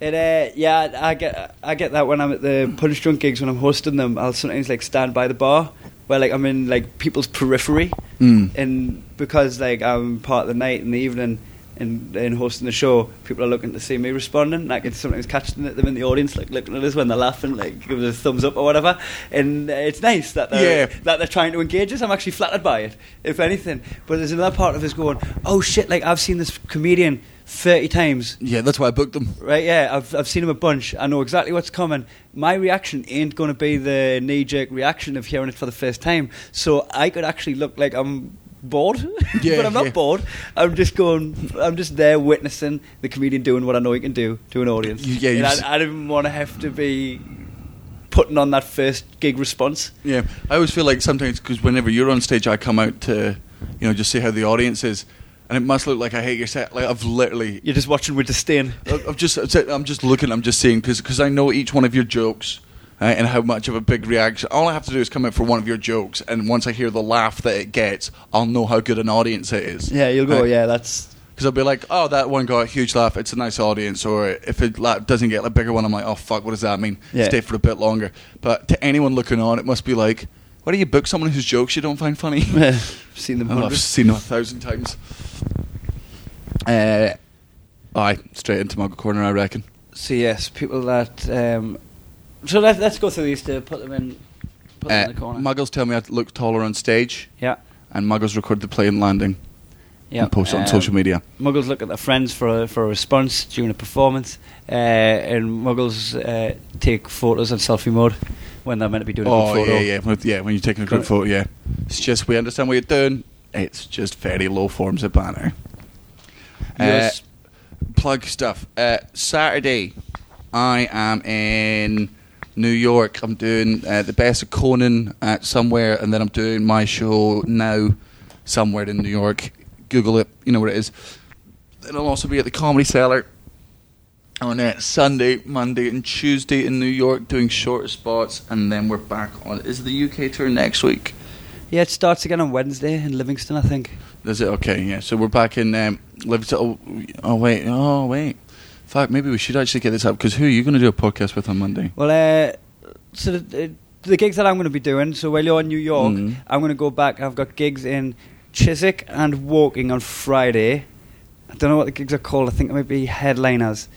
S4: It, uh, yeah, I I get I get that when I'm at the punch drunk gigs when I'm hosting them. I'll sometimes like stand by the bar where like I'm in like people's periphery,
S3: Mm.
S4: and because like I'm part of the night and the evening, in, in hosting the show, people are looking to see me responding. and I can sometimes catch them, them in the audience, like looking at us when they're laughing, like give us a thumbs up or whatever. And uh, it's nice that they're,
S3: Yeah.
S4: that they're trying to engage us. I'm actually flattered by it, if anything. But there's another part of us going, oh shit, like I've seen this comedian 30 times.
S3: Yeah, that's why I booked them.
S4: Right, yeah, I've, I've seen him a bunch. I know exactly what's coming. My reaction ain't going to be the knee jerk reaction of hearing it for the first time. So I could actually look like I'm bored, <laughs>
S3: Yeah,
S4: but I'm not
S3: yeah.
S4: bored. I'm just going, I'm just there witnessing the comedian doing what I know he can do to an audience.
S3: You- yeah, you
S4: And
S3: s-
S4: I, I didn't want to have to be putting on that first gig response.
S3: Yeah, I always feel like sometimes because whenever you're on stage, I come out to, you know, just see how the audience is, and it must look like I hate your set. Like I've literally,
S4: You're just watching with
S3: <laughs>
S4: disdain.
S3: I- I've just, I'm just looking, I'm just seeing because I know each one of your jokes. Right, and how much of a big reaction? All I have to do is come out for one of your jokes, and once I hear the laugh that it gets, I'll know how good an audience it is.
S4: Yeah, you'll go,
S3: Right?
S4: yeah, that's. <laughs>
S3: Because I'll be like, oh, that one got a huge laugh. It's a nice audience. Or if it la- doesn't get a bigger one, I'm like, oh, fuck, what does that mean?
S4: Yeah.
S3: Stay for a bit longer. But to anyone looking on, it must be like, why do you book someone whose jokes you don't find funny?
S4: seen them
S3: Oh, <laughs> I've
S4: hundreds.
S3: seen them a thousand times. Uh, aye, straight into my corner, I reckon.
S4: So yes, people that. Um, so let, let's go through these to put them in. Put them
S3: Uh,
S4: in the corner.
S3: muggles tell me I look taller on stage,
S4: yeah,
S3: and Muggles record the plane landing
S4: yeah.
S3: and post it on
S4: Um,
S3: social media.
S4: Muggles look at their friends for a, for a response during a performance, uh, and Muggles uh, take photos on selfie mode when they're meant to be doing a
S3: Oh,
S4: group photo.
S3: yeah, yeah. When- Yeah, when you're taking a group
S4: Correct.
S3: photo, yeah. It's just, we understand what you're doing. It's just very low forms of banner. Uh,
S4: Yes.
S3: plug stuff. Uh, Saturday, I am in New York. I'm doing uh, the best of Conan at somewhere, and then I'm doing my show now somewhere in New York. Google it, you know where it is. Then I'll also be at the Comedy Cellar on uh, Sunday, Monday, and Tuesday in New York doing shorter spots, and then we're back on. Is the UK tour next week?
S4: Yeah, it starts again on Wednesday in Livingston, I think.
S3: Is it okay? Yeah. So we're back in um, Liverpool. Oh, oh wait. Oh wait. Fuck. Maybe we should actually get this up because who are you going to do a podcast with on Monday?
S4: Well, uh, so the, uh, the gigs that I'm going to be doing, so while you're in New York,
S3: Mhm.
S4: I'm going to go back. I've got gigs in Chiswick and Woking on Friday. I don't know what the gigs are called. I think it might be headliners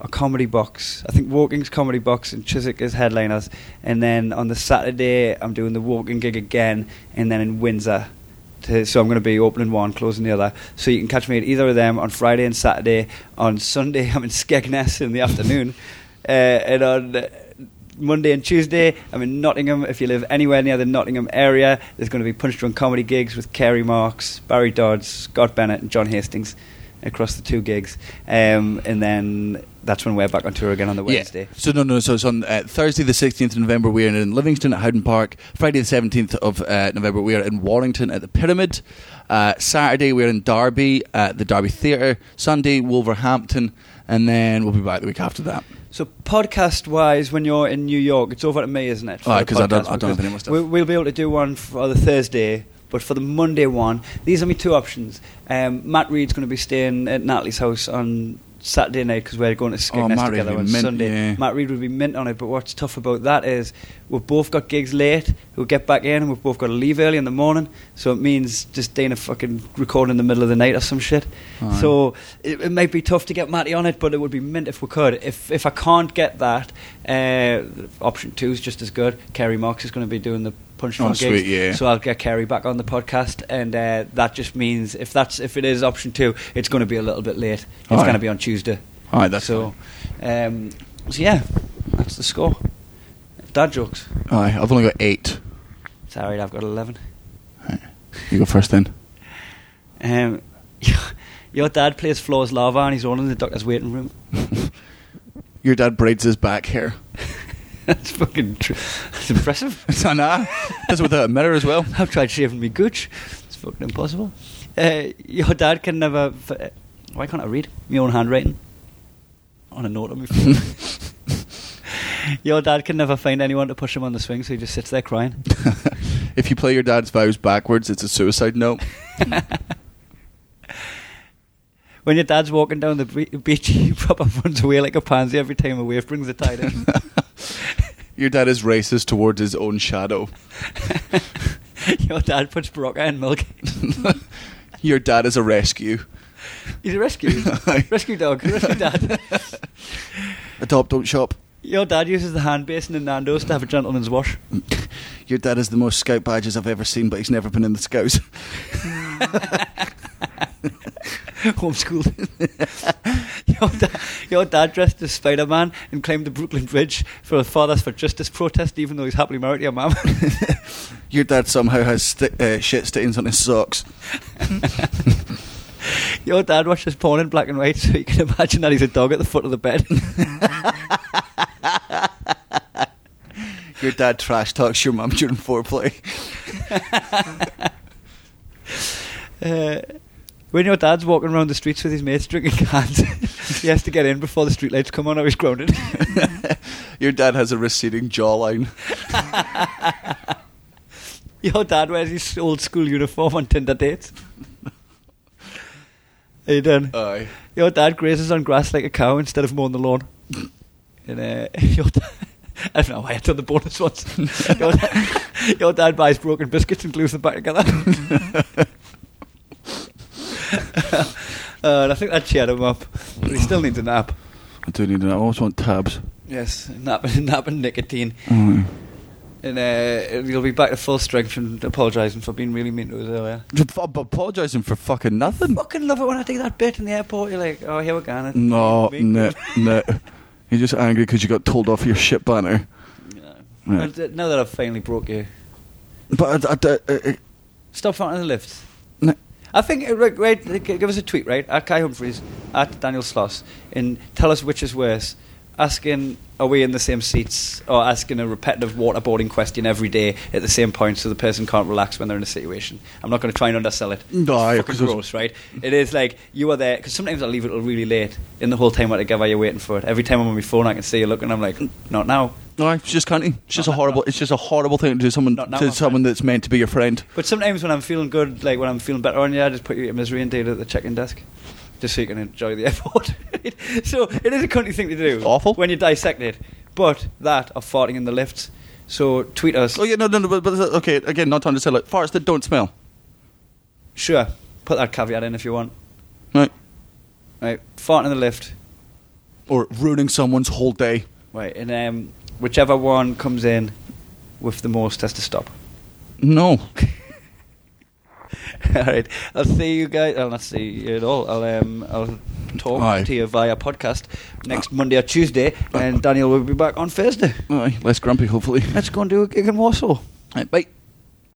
S4: or comedy box. I think Woking's comedy box and Chiswick is headliners. And then on the Saturday, I'm doing the Woking gig again, and then in Windsor. To, so I'm going to be opening one, closing the other. So you can catch me at either of them on Friday and Saturday. On Sunday, <laughs> I'm in Skegness in the afternoon, <laughs> uh, and on uh, Monday and Tuesday, I'm in Nottingham. If you live anywhere near the Nottingham area, there's going to be punch drunk comedy gigs with Kerry Marks, Barry Dodds, Scott Bennett, and John Hastings across the two gigs, um, and then that's when we're back on tour again on the Wednesday.
S3: So no, no. So it's on uh, Thursday the sixteenth of November. We are in Livingston at Howden Park. Friday the seventeenth of uh, November. We are in Warrington at the Pyramid. Uh, Saturday we are in Derby at the Derby Theatre. Sunday Wolverhampton, and then we'll be back the week after that.
S4: So podcast wise, when you're in New York, it's over to me, isn't it? for
S3: Aye,
S4: the
S3: Oh, 'cause I don't-
S4: podcast?
S3: I don't have any more
S4: Because
S3: stuff.
S4: We, we'll be able to do one for the Thursday, but for the Monday one, these are my two options. Um, Matt Reed's going to be staying at Natalie's house on Saturday night because we're going to Skegness
S3: Oh, Matt Reed
S4: together
S3: would
S4: on
S3: be mint,
S4: Sunday.
S3: yeah.
S4: Matt Reed would be mint on it, but what's tough about that is we've both got gigs late. We'll get back in, and we've both got to leave early in the morning, so it means just doing a fucking recording in the middle of the night or some shit.
S3: Aye.
S4: So it, it might be tough to get Matty on it, but it would be mint if we could. If if I can't get that, uh, option two is just as good. Kerry Marks is going to be doing the punch
S3: Oh,
S4: drunk gigs,
S3: sweet, yeah.
S4: so I'll get Kerry back on the podcast, and uh, that just means if that's if it is option two, it's going to be a little bit late. It's
S3: Aye.
S4: going to be on Tuesday.
S3: All right. That's
S4: so. Um, so yeah, that's the score. Dad jokes.
S3: All right. I've only got eight.
S4: It's alright. I've got eleven.
S3: You go first then. <laughs>
S4: Um, <laughs> your dad plays floors lava, and he's running in the doctor's waiting room. <laughs>
S3: Your dad braids his back hair.
S4: That's fucking true. That's
S3: <laughs>
S4: impressive.
S3: I know. That's
S1: uh,
S3: without a mirror
S1: <laughs>
S3: as well.
S4: I've tried shaving me gooch. It's fucking impossible. Uh, your dad can never. F- uh, why can't I read my own handwriting on a note on my
S3: <laughs>
S4: phone? your dad can never find anyone to push him on the swing, so he just sits there crying.
S3: if you play your dad's vows backwards, it's a suicide
S4: <laughs>
S3: note.
S4: <laughs> When your dad's walking down the bre- beach, <laughs> he proper runs away like a pansy every time a wave brings a
S1: <laughs>
S4: tide in. <laughs>
S3: Your dad is racist towards his own shadow.
S1: <laughs>
S4: your dad puts Barocca in <laughs> milk.
S3: Your dad is a rescue.
S4: He's a rescue.
S3: Aye.
S4: rescue dog. Rescue dad.
S1: <laughs> Adopt, don't shop.
S4: Your dad uses the hand basin in Nando's to have a gentleman's wash. <laughs>
S1: Your dad has the most scout badges I've ever seen, but he's never been in the scouts. <laughs>
S4: Homeschooled. <laughs> your, da- your dad dressed as Spider Man and climbed the Brooklyn Bridge for a Fathers for Justice protest, even though he's happily married to your mum. <laughs>
S1: Your dad somehow has sti- uh, shit stains on his socks.
S4: your dad watches porn in black and white, <laughs> so you can imagine that he's a dog at the foot of the bed.
S1: Your dad trash talks your mum during foreplay.
S4: Uh, when your dad's walking around the streets with his mates drinking cans, <laughs> he has to get in before the streetlights come on or he's grounded. Mm-hmm.
S3: Your dad has a receding jawline.
S4: <laughs> Your dad wears his old school uniform on Tinder dates. How you doing?
S3: Aye.
S4: Your dad grazes on grass like a cow instead of mowing the lawn. and uh, <laughs> your dad, I don't know why I done the bonus once. your, da- <laughs> your dad buys broken biscuits and glues them back together.
S3: <laughs>
S4: Mm-hmm. <laughs> uh, and I think that cheered him up. But he still needs a nap.
S3: I do need to know. I always want tabs.
S4: Yes, nap, <laughs> nap and nicotine.
S3: Mm.
S4: And uh, you'll be back to full strength and apologising for being really mean to us earlier.
S3: Apologising for fucking nothing.
S4: Fucking love it when I do that bit in the airport. You're like, oh, here we're going.
S3: No,
S4: Make-
S3: no, no. You're just angry because you got told off your shit banner.
S4: Yeah.
S3: Yeah.
S4: And, uh, Now that I've finally broke you,
S3: But I, I, I, I,
S4: stop fighting the lifts.
S3: no.
S4: I think, uh, right, right, g- give us a tweet, right? At Kai Humphries, at Daniel Sloss, and tell us which is worse. Asking, are we in the same seats, or asking a repetitive waterboarding question every day at the same point so the person can't relax when they're in a situation? I'm not going to try and undersell it.
S3: No, I-
S4: it's
S3: 'cause
S4: fucking
S3: it's-
S4: gross, right? It is like you are there, because sometimes I leave it till really late, and the whole time we're together, you're waiting for it. Every time I'm on my phone, I can see you looking, I'm like, not now.
S3: No, it's just cunty. It's just
S4: Not
S3: a
S4: that
S3: horrible.
S4: bad.
S3: It's just a horrible thing to do someone
S4: Not that
S3: to
S4: one,
S3: someone
S4: right.
S3: that's meant to be your friend.
S4: But sometimes when I'm feeling good, like when I'm feeling better on you, I just put you at misery and date at the check-in desk, just so you can enjoy the <laughs> airport. so it is a country thing to do.
S3: Awful.
S4: when you dissect it. But that of farting in the lift. So tweet us.
S3: Oh yeah, no, no, no. But, but okay, again, not to understand. Like farts that don't smell.
S4: Sure, put that caveat in if you want.
S3: Right.
S4: Right, farting in the lift.
S3: Or ruining someone's whole day.
S4: Right, and um, whichever one comes in with the most has to stop. <laughs>
S3: No.
S4: all right, I'll see you guys. I'll not see you at all. I'll um, I'll talk
S3: Aye. Uh.
S4: to you via podcast next Monday or Tuesday, and Daniel will be back on Thursday.
S3: Aye, Uh, less grumpy, hopefully.
S4: Let's go and do a gig in Warsaw.
S3: Right, bye.